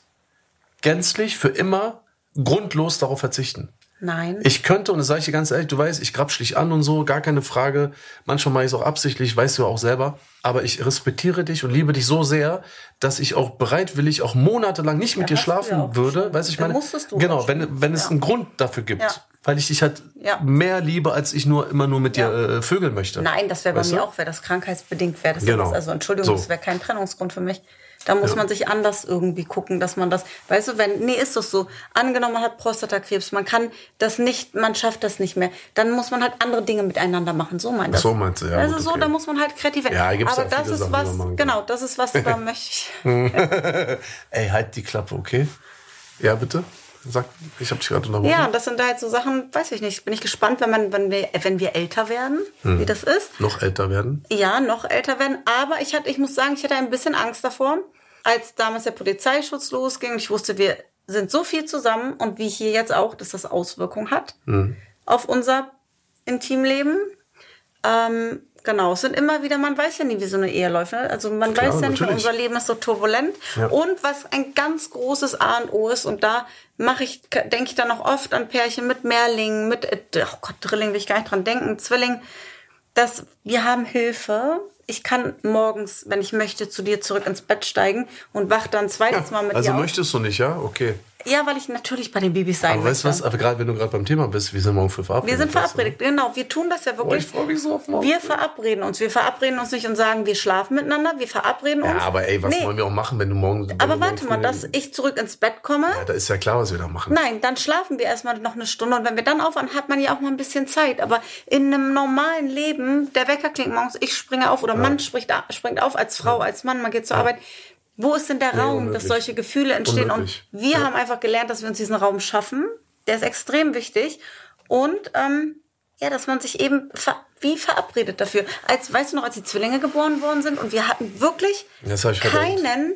Speaker 2: gänzlich für immer grundlos darauf verzichten.
Speaker 1: Nein.
Speaker 2: Ich könnte, und das sage ich dir ganz ehrlich, du weißt, ich grapsch dich an und so, gar keine Frage. Manchmal mache ich es auch absichtlich, weißt du ja auch selber. Aber ich respektiere dich und liebe dich so sehr, dass ich auch bereitwillig auch monatelang nicht mit
Speaker 1: Ja,
Speaker 2: dir
Speaker 1: hast du ja
Speaker 2: schlafen
Speaker 1: auch
Speaker 2: würde.
Speaker 1: schon.
Speaker 2: Weißt du, ich
Speaker 1: Dann
Speaker 2: meine,
Speaker 1: musstest du auch
Speaker 2: genau,
Speaker 1: schon.
Speaker 2: wenn, wenn es
Speaker 1: Ja.
Speaker 2: einen Grund dafür gibt.
Speaker 1: Ja.
Speaker 2: Weil ich dich halt
Speaker 1: Ja.
Speaker 2: mehr liebe, als ich nur immer nur mit dir äh, vögeln möchte.
Speaker 1: Nein, das wäre bei
Speaker 2: Weißt
Speaker 1: mir
Speaker 2: du?
Speaker 1: auch, wäre das krankheitsbedingt wäre das
Speaker 2: Genau.
Speaker 1: anders. Also Entschuldigung,
Speaker 2: So.
Speaker 1: das wäre kein Trennungsgrund für mich. Da muss
Speaker 2: Ja.
Speaker 1: man sich anders irgendwie gucken, dass man das, weißt du, wenn, nee, ist doch so, angenommen, man hat Prostatakrebs, man kann das nicht, man schafft das nicht mehr, dann muss man halt andere Dinge miteinander machen, so meint das.
Speaker 2: so meinst du, ja,
Speaker 1: Also
Speaker 2: gut,
Speaker 1: so,
Speaker 2: okay.
Speaker 1: da muss man halt kreativ werden.
Speaker 2: Ja, da gibt's
Speaker 1: Aber
Speaker 2: ja
Speaker 1: das
Speaker 2: viele
Speaker 1: ist
Speaker 2: Sachen, die man
Speaker 1: was,
Speaker 2: machen kann.
Speaker 1: genau, das ist was,
Speaker 2: [LAUGHS]
Speaker 1: da möchte ich,
Speaker 2: Ey, halt die Klappe, okay? Ja, bitte? Sag, ich habe dich gerade unterbrochen.
Speaker 1: Ja, und das sind da halt so Sachen, weiß ich nicht. Bin ich gespannt, wenn, man, wenn, wir, wenn wir älter werden,
Speaker 2: Mhm.
Speaker 1: wie das ist.
Speaker 2: Noch älter werden.
Speaker 1: Ja, noch älter werden. Aber ich, hatte, ich muss sagen, ich hatte ein bisschen Angst davor, als damals der Polizeischutz losging. und Ich wusste, wir sind so viel zusammen und wie hier jetzt auch, dass das Auswirkungen hat
Speaker 2: Mhm.
Speaker 1: auf unser Intimleben. Ähm, genau, es sind immer wieder, man weiß ja nie, wie so eine Ehe läuft. Ne? Also man
Speaker 2: Klar,
Speaker 1: weiß ja nicht,
Speaker 2: natürlich.
Speaker 1: unser Leben ist so turbulent.
Speaker 2: Ja.
Speaker 1: Und was ein ganz großes A und O ist, und da mache ich, denke ich dann auch oft an Pärchen mit Mehrlingen, mit, äh, oh Gott, Drilling will ich gar nicht dran denken, Zwilling, dass wir haben Hilfe. Ich kann morgens, wenn ich möchte, zu dir zurück ins Bett steigen und wach dann zweites Mal mit
Speaker 2: also
Speaker 1: dir auf.
Speaker 2: möchtest du nicht, ja? Okay.
Speaker 1: Ja, weil ich natürlich bei den Babys sein
Speaker 2: Aber weißt du was,
Speaker 1: möchte.
Speaker 2: aber gerade wenn du gerade beim Thema bist, wir sind morgen früh
Speaker 1: Wir
Speaker 2: verabredet.
Speaker 1: sind
Speaker 2: weißt du, ne?
Speaker 1: verabredet, genau. Wir tun das ja
Speaker 2: Boah,
Speaker 1: wirklich.
Speaker 2: ich freue mich so auf morgen.
Speaker 1: Wir verabreden uns. Wir verabreden uns nicht und sagen, wir schlafen miteinander. Wir verabreden uns.
Speaker 2: ja, aber ey, was
Speaker 1: Nee,
Speaker 2: wollen wir auch machen, wenn du morgen. wenn du
Speaker 1: Aber
Speaker 2: morgen
Speaker 1: warte mal,
Speaker 2: früh-
Speaker 1: dass ich zurück ins Bett komme.
Speaker 2: Ja, da ist ja klar, was wir da machen.
Speaker 1: Nein, dann schlafen wir erstmal noch eine Stunde und wenn wir dann aufwachen, hat man ja auch mal ein bisschen Zeit. Aber in einem normalen Leben, der Wecker klingt morgens, ich springe auf oder Mann spricht, a- springt auf als Frau, als Mann, man geht zur Arbeit. Wo ist denn der Raum, dass
Speaker 2: unmöglich.
Speaker 1: solche Gefühle entstehen?
Speaker 2: Unmöglich.
Speaker 1: Und wir haben einfach gelernt, dass wir uns diesen Raum schaffen. Der ist extrem wichtig. Und ähm, ja, dass man sich eben ver wie verabredet dafür. Als, weißt du noch, als die Zwillinge geboren worden sind und wir hatten wirklich
Speaker 2: Das hab ich verdrängt.
Speaker 1: keinen.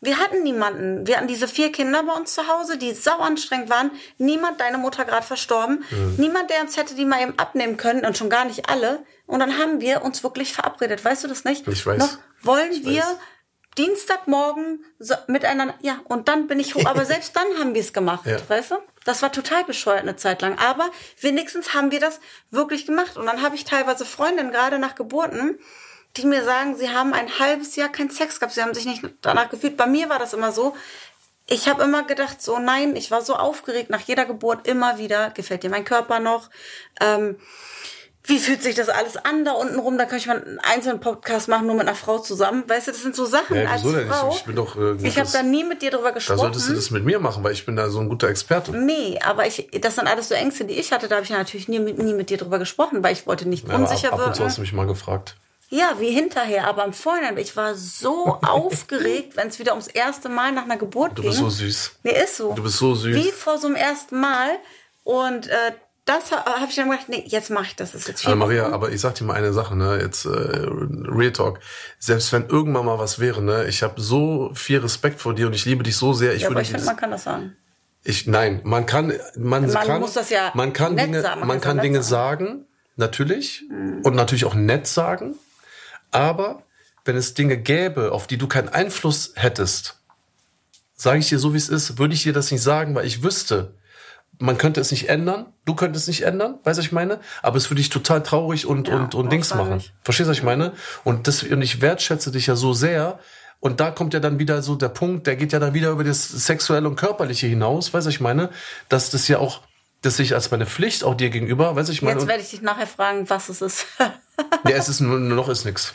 Speaker 1: Wir hatten niemanden. Wir hatten diese vier Kinder bei uns zu Hause, die sau anstrengend waren. Niemand, deine Mutter gerade verstorben. Niemand, der uns hätte die mal eben abnehmen können und schon gar nicht alle. Und dann haben wir uns wirklich verabredet. Weißt du das nicht?
Speaker 2: Ich weiß.
Speaker 1: Noch wollen wir
Speaker 2: weiß.
Speaker 1: Dienstagmorgen so, miteinander. Ja, und dann bin
Speaker 2: [LAUGHS]
Speaker 1: ich hoch. Aber selbst dann haben wir es gemacht.
Speaker 2: Ja.
Speaker 1: Weißt du? Das war total bescheuert eine Zeit lang. Aber wenigstens haben wir das wirklich gemacht. Und dann habe ich teilweise Freundinnen gerade nach Geburten, die mir sagen, sie haben ein halbes Jahr keinen Sex gehabt. Sie haben sich nicht danach gefühlt. Bei mir war das immer so. Ich habe immer gedacht, so nein, ich war so aufgeregt nach jeder Geburt immer wieder. Gefällt dir mein Körper noch? Ähm, wie fühlt sich das alles an da unten rum? Da könnte ich mal einen einzelnen Podcast machen, nur mit einer Frau zusammen. Weißt du, das sind so Sachen
Speaker 2: Ja,
Speaker 1: als
Speaker 2: wieso denn? Ich-
Speaker 1: Frau.
Speaker 2: ich bin doch, äh,
Speaker 1: ich habe
Speaker 2: das-
Speaker 1: da nie mit dir drüber
Speaker 2: Da
Speaker 1: gesprochen.
Speaker 2: solltest du das mit mir machen, weil ich bin da so ein guter Experte.
Speaker 1: Nee, aber ich, das sind alles so Ängste, die ich hatte. Da habe ich natürlich nie, mit- nie mit dir drüber gesprochen, weil ich wollte nicht
Speaker 2: Ja, aber ab,
Speaker 1: unsicher ne?
Speaker 2: ab und zu hast
Speaker 1: wirken.
Speaker 2: du mich mal gefragt.
Speaker 1: Ja, wie hinterher, aber im Vorhinein. Ich war
Speaker 2: [LAUGHS]
Speaker 1: so aufgeregt, wenn es wieder ums erste Mal nach einer Geburt
Speaker 2: Du
Speaker 1: ging.
Speaker 2: bist so süß.
Speaker 1: Nee, ist so.
Speaker 2: Du bist so süß.
Speaker 1: Wie vor so einem ersten Mal. Und äh, das ha- habe ich dann gedacht, nee, jetzt mache ich das. Das ist jetzt viel.
Speaker 2: Ah, Maria, aber ich sag dir mal eine Sache, ne? Jetzt äh, Real Talk. Selbst wenn irgendwann mal was wäre, ne? Ich habe so viel Respekt vor dir und ich liebe dich so sehr. Ich
Speaker 1: ja, aber
Speaker 2: würde
Speaker 1: ich finde,
Speaker 2: dieses-
Speaker 1: man kann das sagen.
Speaker 2: Ich, nein, man kann, man,
Speaker 1: Man
Speaker 2: kann,
Speaker 1: muss das ja
Speaker 2: man kann
Speaker 1: nett
Speaker 2: Dinge,
Speaker 1: sagen, man
Speaker 2: man,
Speaker 1: kann es ja
Speaker 2: kann
Speaker 1: nett Mhm.
Speaker 2: Dinge sagen, natürlich, und natürlich auch nett sagen, aber wenn es Dinge gäbe, auf die du keinen Einfluss hättest, sage ich dir so, wie es ist, würde ich dir das nicht sagen, weil ich wüsste, man könnte es nicht ändern, du könntest es nicht ändern, weißt du, was ich meine? Aber es würde dich total traurig und, und, und Dings
Speaker 1: traurig.
Speaker 2: machen. Verstehst du, was ich meine? Und, das, und ich wertschätze dich ja so sehr. Und da kommt ja dann wieder so der Punkt, der geht ja dann wieder über das Sexuelle und Körperliche hinaus, weißt du, was ich meine? Dass das ja auch, dass ich als meine Pflicht auch dir gegenüber, weißt du, ich meine?
Speaker 1: Jetzt
Speaker 2: Und,
Speaker 1: werde ich dich nachher fragen, was es ist. [LAUGHS]
Speaker 2: ja, es ist nur, noch ist nix.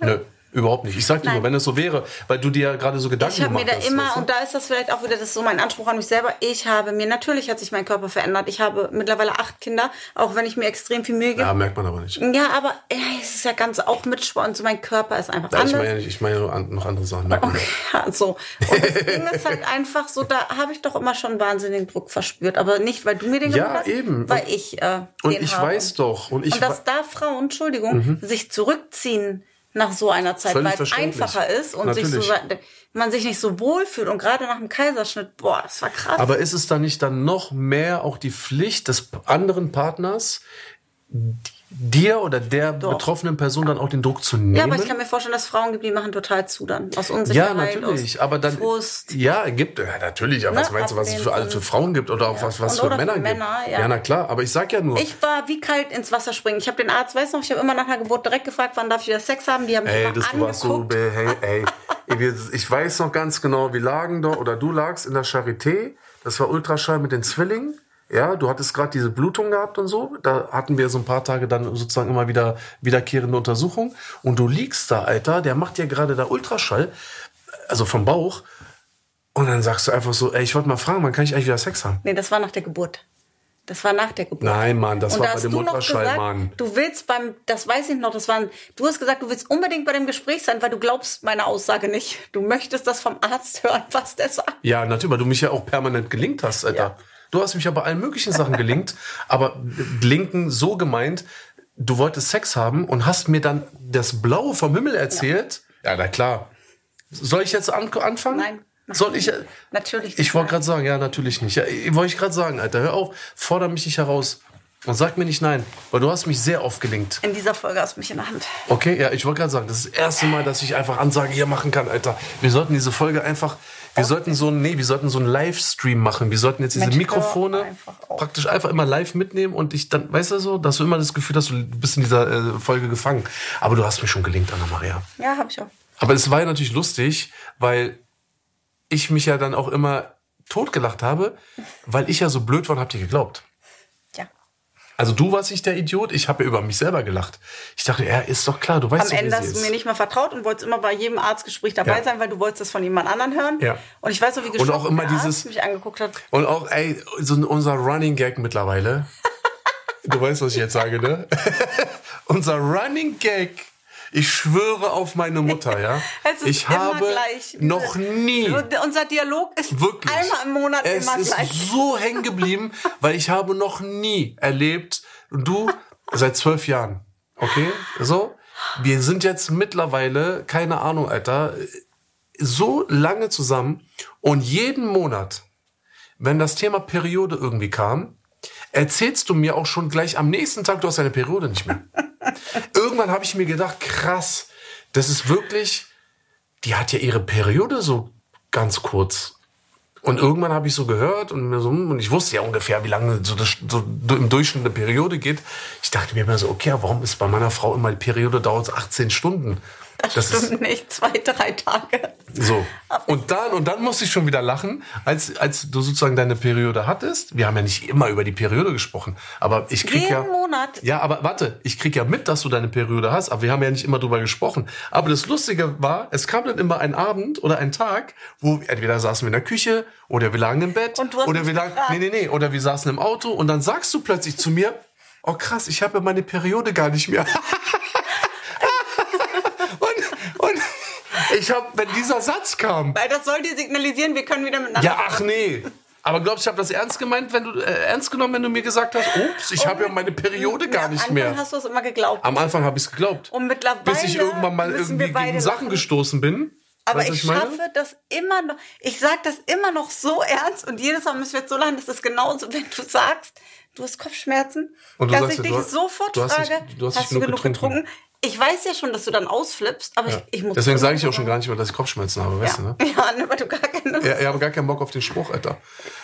Speaker 2: Nö, überhaupt nicht. Ich sag dir
Speaker 1: Nein.
Speaker 2: nur, wenn es so wäre, weil du dir ja gerade so Gedanken
Speaker 1: Ich habe mir
Speaker 2: gemacht
Speaker 1: da
Speaker 2: hast.
Speaker 1: immer,
Speaker 2: weißt du?
Speaker 1: und da ist das vielleicht auch wieder, das ist so mein Anspruch an mich selber, ich habe mir, natürlich hat sich mein Körper verändert. Ich habe mittlerweile acht Kinder, auch wenn ich mir extrem viel Mühe gebe.
Speaker 2: ja, merkt man aber nicht.
Speaker 1: Ja, aber ey, es ist ja ganz auch mit Sport und so, mein Körper ist einfach
Speaker 2: Ja, ich
Speaker 1: anders.
Speaker 2: meine ja nicht, ich meine ja nur an- noch andere Sachen. Merkt man
Speaker 1: Okay, [LAUGHS]
Speaker 2: nicht.
Speaker 1: ja, so. Und das Ding ist halt einfach so, da habe ich doch immer schon einen wahnsinnigen Druck verspürt. Aber nicht, weil du mir den
Speaker 2: Ja,
Speaker 1: gemacht hast,
Speaker 2: eben.
Speaker 1: weil ich äh,
Speaker 2: Und
Speaker 1: den
Speaker 2: ich
Speaker 1: habe.
Speaker 2: weiß doch. Und ich
Speaker 1: und dass
Speaker 2: wei-
Speaker 1: da Frauen, Entschuldigung, sich zurückziehen nach so einer Zeit,
Speaker 2: Völlig
Speaker 1: weil es
Speaker 2: verständlich.
Speaker 1: einfacher ist und sich so, man sich nicht so wohl fühlt. Und gerade nach dem Kaiserschnitt, boah, das war krass.
Speaker 2: Aber ist es dann nicht dann noch mehr auch die Pflicht des anderen Partners, dir oder der betroffenen Person dann auch den Druck zu nehmen?
Speaker 1: ja, aber ich kann mir vorstellen, dass Frauen gibt, die machen total zu dann. Aus
Speaker 2: Ja,
Speaker 1: Unsicherheit,
Speaker 2: natürlich,
Speaker 1: aus
Speaker 2: aber dann
Speaker 1: Frust.
Speaker 2: ja, gibt ja natürlich, aber
Speaker 1: Ne,
Speaker 2: was meinst du, was es
Speaker 1: ablehnend
Speaker 2: für alles für
Speaker 1: und-
Speaker 2: Frauen gibt oder auch was, was
Speaker 1: Und
Speaker 2: für
Speaker 1: oder für
Speaker 2: Männer gibt?
Speaker 1: Männer, ja.
Speaker 2: na klar, aber ich sag ja nur,
Speaker 1: Ich war wie kalt ins Wasser springen. Ich habe den Arzt, weißt du noch, ich habe immer nach einer Geburt direkt gefragt, wann darf ich wieder Sex haben. Die haben mich
Speaker 2: Ey,
Speaker 1: immer
Speaker 2: das
Speaker 1: angeguckt.
Speaker 2: war so, be- hey, ey. Ey, wir- Ich weiß noch ganz genau, wir lagen da oder du lagst in der Charité. Das war Ultraschall mit den Zwillingen. Ja, du hattest gerade diese Blutung gehabt und so. Da hatten wir so ein paar Tage dann sozusagen immer wieder wiederkehrende Untersuchungen. Und du liegst da, Alter, der macht ja gerade da Ultraschall, also vom Bauch. Und dann sagst du einfach so, ey, ich wollte mal fragen, wann kann ich eigentlich wieder Sex haben?
Speaker 1: nee, das war nach der Geburt. Das war nach der Geburt.
Speaker 2: Nein, Mann, das
Speaker 1: Und
Speaker 2: war
Speaker 1: da
Speaker 2: bei
Speaker 1: hast
Speaker 2: dem
Speaker 1: du noch
Speaker 2: Ultraschall,
Speaker 1: gesagt,
Speaker 2: Mann.
Speaker 1: Du willst beim, das weiß ich noch, das waren, du hast gesagt, du willst unbedingt bei dem Gespräch sein, weil du glaubst meine Aussage nicht. Du möchtest das vom Arzt hören, [LAUGHS] was der sagt.
Speaker 2: Ja, natürlich, weil du mich ja auch permanent gelinkt hast, Alter.
Speaker 1: Ja.
Speaker 2: Du hast mich ja bei allen möglichen
Speaker 1: [LAUGHS]
Speaker 2: Sachen gelinkt, aber linken so gemeint, du wolltest Sex haben und hast mir dann das Blaue vom Himmel erzählt. Ja, na klar. Soll ich jetzt an anfangen?
Speaker 1: Nein.
Speaker 2: Soll ich? äh,
Speaker 1: Natürlich.
Speaker 2: Ich wollte gerade sagen, ja, natürlich nicht. Ja, ich- wollte ich gerade sagen, Alter, hör auf, fordere mich nicht heraus und sag mir nicht nein, weil du hast mich sehr oft gelinkt.
Speaker 1: In dieser Folge hast du mich in der Hand.
Speaker 2: Okay, ja, ich wollte gerade sagen, das ist das erste Mal, dass ich einfach Ansage hier machen kann, Alter. Wir sollten diese Folge einfach, wir sollten so einen, nee, wir sollten so einen Livestream machen. Wir sollten jetzt diese
Speaker 1: Mensch, hör
Speaker 2: Mikrofone
Speaker 1: einfach auf.
Speaker 2: praktisch einfach immer live mitnehmen und ich dann, weißt du so, dass du immer das Gefühl hast, du bist in dieser äh, Folge gefangen. Aber du hast mich schon gelingt, Anna-Maria.
Speaker 1: Ja, habe ich auch.
Speaker 2: Aber es war ja natürlich lustig, weil ich mich ja dann auch immer totgelacht habe, weil ich ja so blöd war und hab dir geglaubt.
Speaker 1: Ja.
Speaker 2: Also du warst nicht der Idiot, ich habe ja über mich selber gelacht. Ich dachte, ja, ist doch klar, du weißt
Speaker 1: Am
Speaker 2: doch, wie
Speaker 1: Ende
Speaker 2: sie
Speaker 1: hast du
Speaker 2: ist.
Speaker 1: mir nicht mehr vertraut und wolltest immer bei jedem Arztgespräch dabei
Speaker 2: Ja.
Speaker 1: sein, weil du wolltest das von jemand anderen hören.
Speaker 2: Ja.
Speaker 1: Und ich weiß noch, wie geschockt
Speaker 2: auch immer
Speaker 1: der
Speaker 2: dieses-
Speaker 1: Arzt mich angeguckt hat.
Speaker 2: Und auch, ey, so ein- unser Running Gag mittlerweile.
Speaker 1: [LAUGHS]
Speaker 2: Du weißt, was ich jetzt sage, ne? [LAUGHS] unser Running Gag. Ich schwöre auf meine Mutter, ja?
Speaker 1: [LAUGHS] Es ist
Speaker 2: ich
Speaker 1: immer
Speaker 2: habe
Speaker 1: gleich.
Speaker 2: noch nie
Speaker 1: Unser Dialog ist
Speaker 2: wirklich
Speaker 1: einmal im Monat
Speaker 2: es
Speaker 1: immer
Speaker 2: ist
Speaker 1: gleich.
Speaker 2: so hängen geblieben, weil ich habe noch nie erlebt, und du seit zwölf Jahren, okay? So, wir sind jetzt mittlerweile, keine Ahnung, Alter, so lange zusammen und jeden Monat, wenn das Thema Periode irgendwie kam, erzählst du mir auch schon gleich am nächsten Tag, du hast deine Periode nicht mehr. Irgendwann habe ich mir gedacht, krass, das ist wirklich, die hat ja ihre Periode so ganz kurz. Und irgendwann habe ich so gehört und mir so, hm, und ich wusste ja ungefähr, wie lange so, das, so du- im Durchschnitt eine Periode geht. Ich dachte mir immer so, okay, aber warum ist bei meiner Frau immer die Periode dauert 18 Stunden? Das, ist
Speaker 1: Stimmt nicht, zwei, drei Tage.
Speaker 2: so. Und dann, und dann musste ich schon wieder lachen, als, als du sozusagen deine Periode hattest. Wir haben ja nicht immer über die Periode gesprochen, aber ich krieg
Speaker 1: Jeden
Speaker 2: ja.
Speaker 1: Monat.
Speaker 2: Ja, aber warte, ich krieg ja mit, dass du deine Periode hast, aber wir haben ja nicht immer drüber gesprochen. Aber das Lustige war, es kam dann immer ein Abend oder ein Tag, wo entweder saßen wir in der Küche oder wir lagen im Bett
Speaker 1: Und du hast
Speaker 2: oder
Speaker 1: mich
Speaker 2: wir lagen,
Speaker 1: gefragt.
Speaker 2: nee, nee, nee, oder wir saßen im Auto und dann sagst du plötzlich zu mir, oh krass, ich habe ja meine Periode gar nicht mehr. [LAUGHS] und, und ich habe, wenn dieser Satz kam,
Speaker 1: Weil das soll dir signalisieren, wir können wieder miteinander.
Speaker 2: ja, ach nee. Aber glaubst du, ich habe das ernst gemeint, wenn du äh, ernst genommen, wenn du mir gesagt hast, ups, ich habe ja meine Periode gar
Speaker 1: Hm, Am
Speaker 2: nicht
Speaker 1: Anfang
Speaker 2: mehr.
Speaker 1: hast du es immer geglaubt.
Speaker 2: Am Anfang habe ich es geglaubt.
Speaker 1: Und mittlerweile
Speaker 2: bis ich irgendwann mal
Speaker 1: müssen
Speaker 2: irgendwie
Speaker 1: wir beide
Speaker 2: gegen Sachen
Speaker 1: lachen.
Speaker 2: gestoßen bin,
Speaker 1: Aber
Speaker 2: Weißt du,
Speaker 1: ich,
Speaker 2: was ich
Speaker 1: schaffe das immer noch. Ich sage das immer noch so ernst und jedes Mal müssen wir jetzt so lachen, das ist genauso, wenn du sagst, du hast Kopfschmerzen,
Speaker 2: Und du
Speaker 1: dass ich
Speaker 2: sagst ja,
Speaker 1: dich
Speaker 2: du hast-
Speaker 1: sofort
Speaker 2: du hast nicht-
Speaker 1: frage,
Speaker 2: du hast
Speaker 1: hast,
Speaker 2: nicht
Speaker 1: du
Speaker 2: genug
Speaker 1: genug
Speaker 2: getrunken?
Speaker 1: getrunken? Ich weiß ja schon, dass du dann ausflippst, aber
Speaker 2: Ja.
Speaker 1: ich, ich muss.
Speaker 2: Deswegen sage ich auch schon gar nicht mehr, dass ich Kopfschmerzen habe, weißt du, ne?
Speaker 1: ja. ja, [LAUGHS] ne, weil du gar keine.
Speaker 2: [LAUGHS] Ja, ich habe gar keinen Bock auf den Spruch, Alter.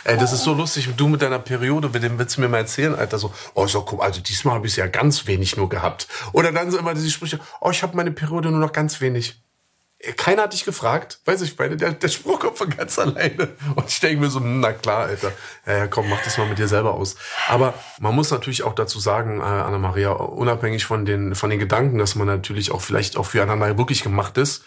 Speaker 2: Ey, das ist so lustig. Du mit deiner Periode, mit dem willst du mir mal erzählen, Alter. So, oh, so, guck, also diesmal habe ich ja ganz wenig nur gehabt. Oder dann so immer diese Sprüche, oh, ich habe meine Periode nur noch ganz wenig. Ey, Keiner hat dich gefragt. Weiß ich, meine, der, der Spruch kommt von ganz alleine. Und ich denke mir so, na klar, Alter. Ja, ja, komm, mach das mal mit dir selber aus. Aber man muss natürlich auch dazu sagen, äh, Anna-Maria, unabhängig von den, von den Gedanken, dass man natürlich auch vielleicht auch füreinander wirklich gemacht ist,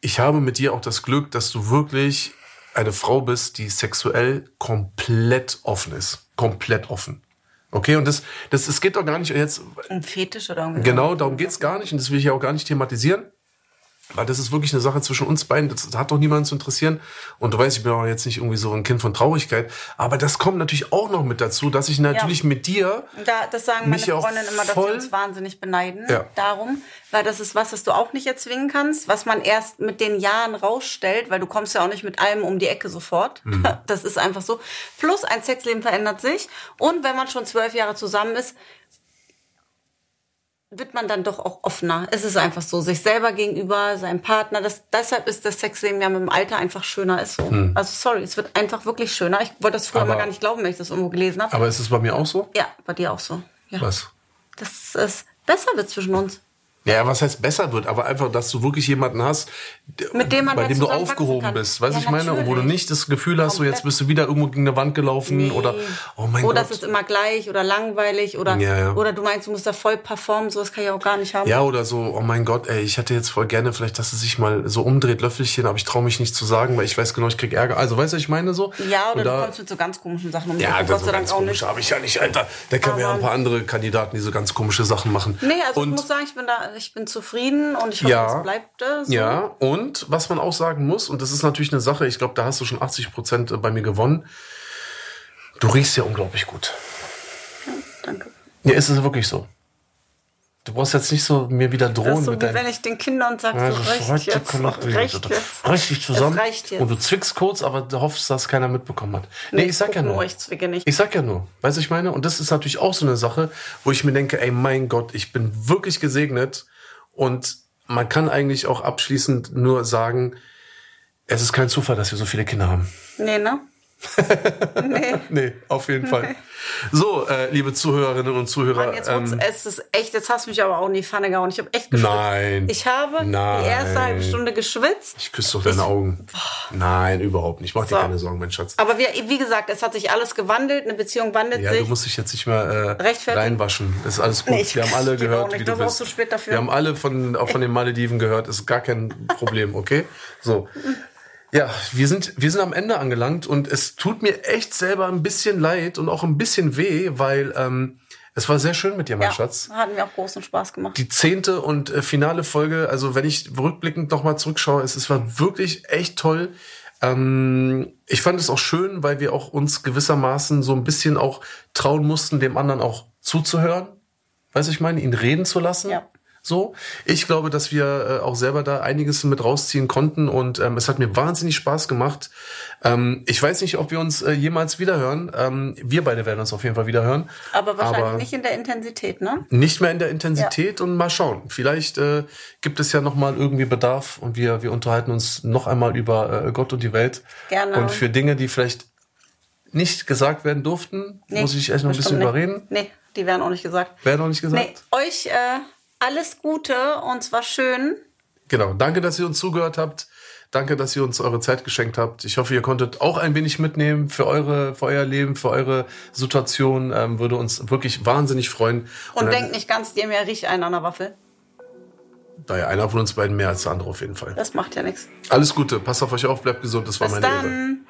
Speaker 2: ich habe mit dir auch das Glück, dass du wirklich eine Frau bist, die sexuell komplett offen ist. Komplett offen. Okay, und das, das, es geht doch gar nicht jetzt,
Speaker 1: Ein Fetisch oder irgendwie.
Speaker 2: genau, darum geht's gar nicht und das will ich ja auch gar nicht thematisieren, weil das ist wirklich eine Sache zwischen uns beiden, das hat doch niemanden zu interessieren und du weißt, ich bin auch jetzt nicht irgendwie so ein Kind von Traurigkeit, aber das kommt natürlich auch noch mit dazu, dass ich natürlich mit dir
Speaker 1: Da, das sagen meine
Speaker 2: Mich ja auch
Speaker 1: Freundinnen immer, dass sie
Speaker 2: voll-
Speaker 1: uns wahnsinnig beneiden
Speaker 2: Ja.
Speaker 1: darum, weil das ist was, das du auch nicht erzwingen kannst, was man erst mit den Jahren rausstellt, weil du kommst ja auch nicht mit allem um die Ecke sofort.
Speaker 2: Mhm.
Speaker 1: [LAUGHS] Das ist einfach so. Plus ein Sexleben verändert sich und wenn man schon zwölf Jahre zusammen ist, wird man dann doch auch offener. Es ist einfach so, sich selber gegenüber, seinem Partner. Das, deshalb ist das Sexleben ja mit dem Alter einfach schöner. Ist so. Also sorry, es wird einfach wirklich schöner. Ich wollte das früher
Speaker 2: Mhm. Aber-
Speaker 1: mal gar nicht glauben, wenn ich das irgendwo gelesen habe.
Speaker 2: Aber ist es bei mir auch so?
Speaker 1: Ja, bei dir auch so. Ja.
Speaker 2: Was?
Speaker 1: Das ist besser wird zwischen uns.
Speaker 2: Ja, was heißt besser wird, aber einfach, dass du wirklich jemanden hast, der-
Speaker 1: Mit dem man
Speaker 2: bei
Speaker 1: halt
Speaker 2: dem du
Speaker 1: zusammen wachsen
Speaker 2: aufgehoben
Speaker 1: kann.
Speaker 2: bist. Weißt du,
Speaker 1: Ja,
Speaker 2: ich meine, wo du
Speaker 1: natürlich.
Speaker 2: nicht das Gefühl hast, so jetzt
Speaker 1: Komplett.
Speaker 2: bist du wieder irgendwo gegen eine Wand gelaufen oder oh mein
Speaker 1: oder es
Speaker 2: Gott.
Speaker 1: ist immer gleich oder langweilig oder,
Speaker 2: Ja, ja.
Speaker 1: oder du meinst, du musst da voll performen, sowas kann ich auch gar nicht haben.
Speaker 2: Ja, oder so, oh mein Gott, ey, ich hätte jetzt voll gerne vielleicht, dass es sich mal so umdreht, Löffelchen, aber ich traue mich nicht zu sagen, weil ich weiß genau, ich krieg Ärger. Also, weißt du, was ich meine so?
Speaker 1: Ja, oder, du
Speaker 2: Oder-
Speaker 1: kommst mit so ganz komischen Sachen um. die
Speaker 2: Ja,
Speaker 1: Ecke,
Speaker 2: das ist ganz komisch, habe ich ja nicht, Alter. Da kennen wir ja
Speaker 1: Aber-
Speaker 2: ein paar andere Kandidaten, die so ganz komische Sachen machen.
Speaker 1: Nee, also
Speaker 2: Und-
Speaker 1: ich muss sagen, ich bin da, ich bin zufrieden und ich hoffe,
Speaker 2: Ja.
Speaker 1: es bleibt äh, so.
Speaker 2: Ja, und was man auch sagen muss, und das ist natürlich eine Sache, ich glaube, da hast du schon 80 Prozent äh, bei mir gewonnen. Du riechst ja unglaublich gut.
Speaker 1: Danke.
Speaker 2: Ja, ist es wirklich so. Du brauchst jetzt nicht so mir wieder
Speaker 1: Das
Speaker 2: drohen
Speaker 1: ist so,
Speaker 2: Oh, mit
Speaker 1: wie wenn
Speaker 2: deinen. Also,
Speaker 1: ich den Kindern sage,
Speaker 2: Ja,
Speaker 1: so
Speaker 2: das ist
Speaker 1: reicht
Speaker 2: heute
Speaker 1: jetzt,
Speaker 2: gemacht,
Speaker 1: reicht
Speaker 2: Alter.
Speaker 1: jetzt.
Speaker 2: also, Richtig zusammen.
Speaker 1: Es reicht jetzt.
Speaker 2: Und du zwickst kurz, aber du hoffst, dass keiner mitbekommen hat. Nee, ich sag
Speaker 1: guck
Speaker 2: ja nur.
Speaker 1: nur, oh, ich zwicke nicht.
Speaker 2: Ich sag ja nur. Weißt du, ich meine? Und das ist natürlich auch so eine Sache, wo ich mir denke, ey, mein Gott, ich bin wirklich gesegnet. Und man kann eigentlich auch abschließend nur sagen, es ist kein Zufall, dass wir so viele Kinder haben.
Speaker 1: Nee, ne?
Speaker 2: Nee, auf
Speaker 1: [LAUGHS]
Speaker 2: jeden Fall. So, äh, liebe Zuhörerinnen und Zuhörer.
Speaker 1: Mann, jetzt,
Speaker 2: ähm,
Speaker 1: wird's- es ist echt, jetzt hast du mich aber auch in die Pfanne gehauen. Ich habe echt geschwitzt.
Speaker 2: Nein.
Speaker 1: Ich habe
Speaker 2: Nein.
Speaker 1: die erste halbe Stunde geschwitzt.
Speaker 2: Ich küsse doch deine Augen. Nein, überhaupt nicht. Mach dir
Speaker 1: So.
Speaker 2: keine Sorgen, mein Schatz.
Speaker 1: Aber wie, wie gesagt, es hat sich alles gewandelt. Eine Beziehung wandelt
Speaker 2: Ja, du
Speaker 1: sich.
Speaker 2: musst dich jetzt nicht mehr äh,
Speaker 1: Rechtfertigen.
Speaker 2: reinwaschen. Ist alles gut.
Speaker 1: Nee, ich-
Speaker 2: Wir
Speaker 1: [LAUGHS]
Speaker 2: haben alle
Speaker 1: geht auch
Speaker 2: gehört,
Speaker 1: nicht.
Speaker 2: wie du
Speaker 1: Das war auch
Speaker 2: bist.
Speaker 1: zu spät dafür.
Speaker 2: Wir haben alle von, auch von den Malediven gehört. Ist gar kein Problem, okay? So. Ja, wir sind, wir sind am Ende angelangt und es tut mir echt selber ein bisschen leid und auch ein bisschen weh, weil ähm, es war sehr schön mit dir, mein
Speaker 1: Ja,
Speaker 2: Schatz
Speaker 1: hat mir auch großen Spaß gemacht.
Speaker 2: die zehnte und äh, finale Folge. Also wenn ich rückblickend nochmal zurückschaue, es, es
Speaker 1: Mhm.
Speaker 2: war wirklich echt toll. Ähm, ich fand es auch schön, weil wir auch uns gewissermaßen so ein bisschen auch trauen mussten, dem anderen auch zuzuhören. Weißt du, ich meine, ihn reden zu lassen.
Speaker 1: Ja.
Speaker 2: So, ich glaube, dass wir äh, auch selber da einiges mit rausziehen konnten und ähm, es hat mir wahnsinnig Spaß gemacht. Ähm, ich weiß nicht, ob wir uns äh, jemals wiederhören. Ähm, wir beide werden uns auf jeden Fall wiederhören.
Speaker 1: Aber wahrscheinlich nicht in der Intensität, ne?
Speaker 2: Nicht mehr in der Intensität und mal schauen. Vielleicht äh, gibt es ja nochmal irgendwie Bedarf und wir, wir unterhalten uns noch einmal über äh, Gott und die Welt.
Speaker 1: Gerne.
Speaker 2: Und für Dinge, die vielleicht nicht gesagt werden durften,
Speaker 1: Nee,
Speaker 2: muss ich echt noch ein
Speaker 1: bestimmt
Speaker 2: bisschen
Speaker 1: nicht.
Speaker 2: überreden.
Speaker 1: Nee, die werden auch nicht gesagt.
Speaker 2: Wäre noch nicht gesagt.
Speaker 1: Nee, euch äh, alles Gute und zwar schön.
Speaker 2: Genau. Danke, dass ihr uns zugehört habt. Danke, dass ihr uns eure Zeit geschenkt habt. Ich hoffe, ihr konntet auch ein wenig mitnehmen für eure, für euer Leben, für eure Situation. Ähm, würde uns wirklich wahnsinnig freuen.
Speaker 1: Und
Speaker 2: dann-
Speaker 1: denkt nicht ganz, dir mehr riecht einen an der Waffel.
Speaker 2: Naja, einer von uns beiden mehr als der andere auf jeden Fall.
Speaker 1: Das macht ja nichts.
Speaker 2: Alles Gute. Passt auf euch auf, bleibt gesund. Das war
Speaker 1: Bis
Speaker 2: meine Ehre.
Speaker 1: dann.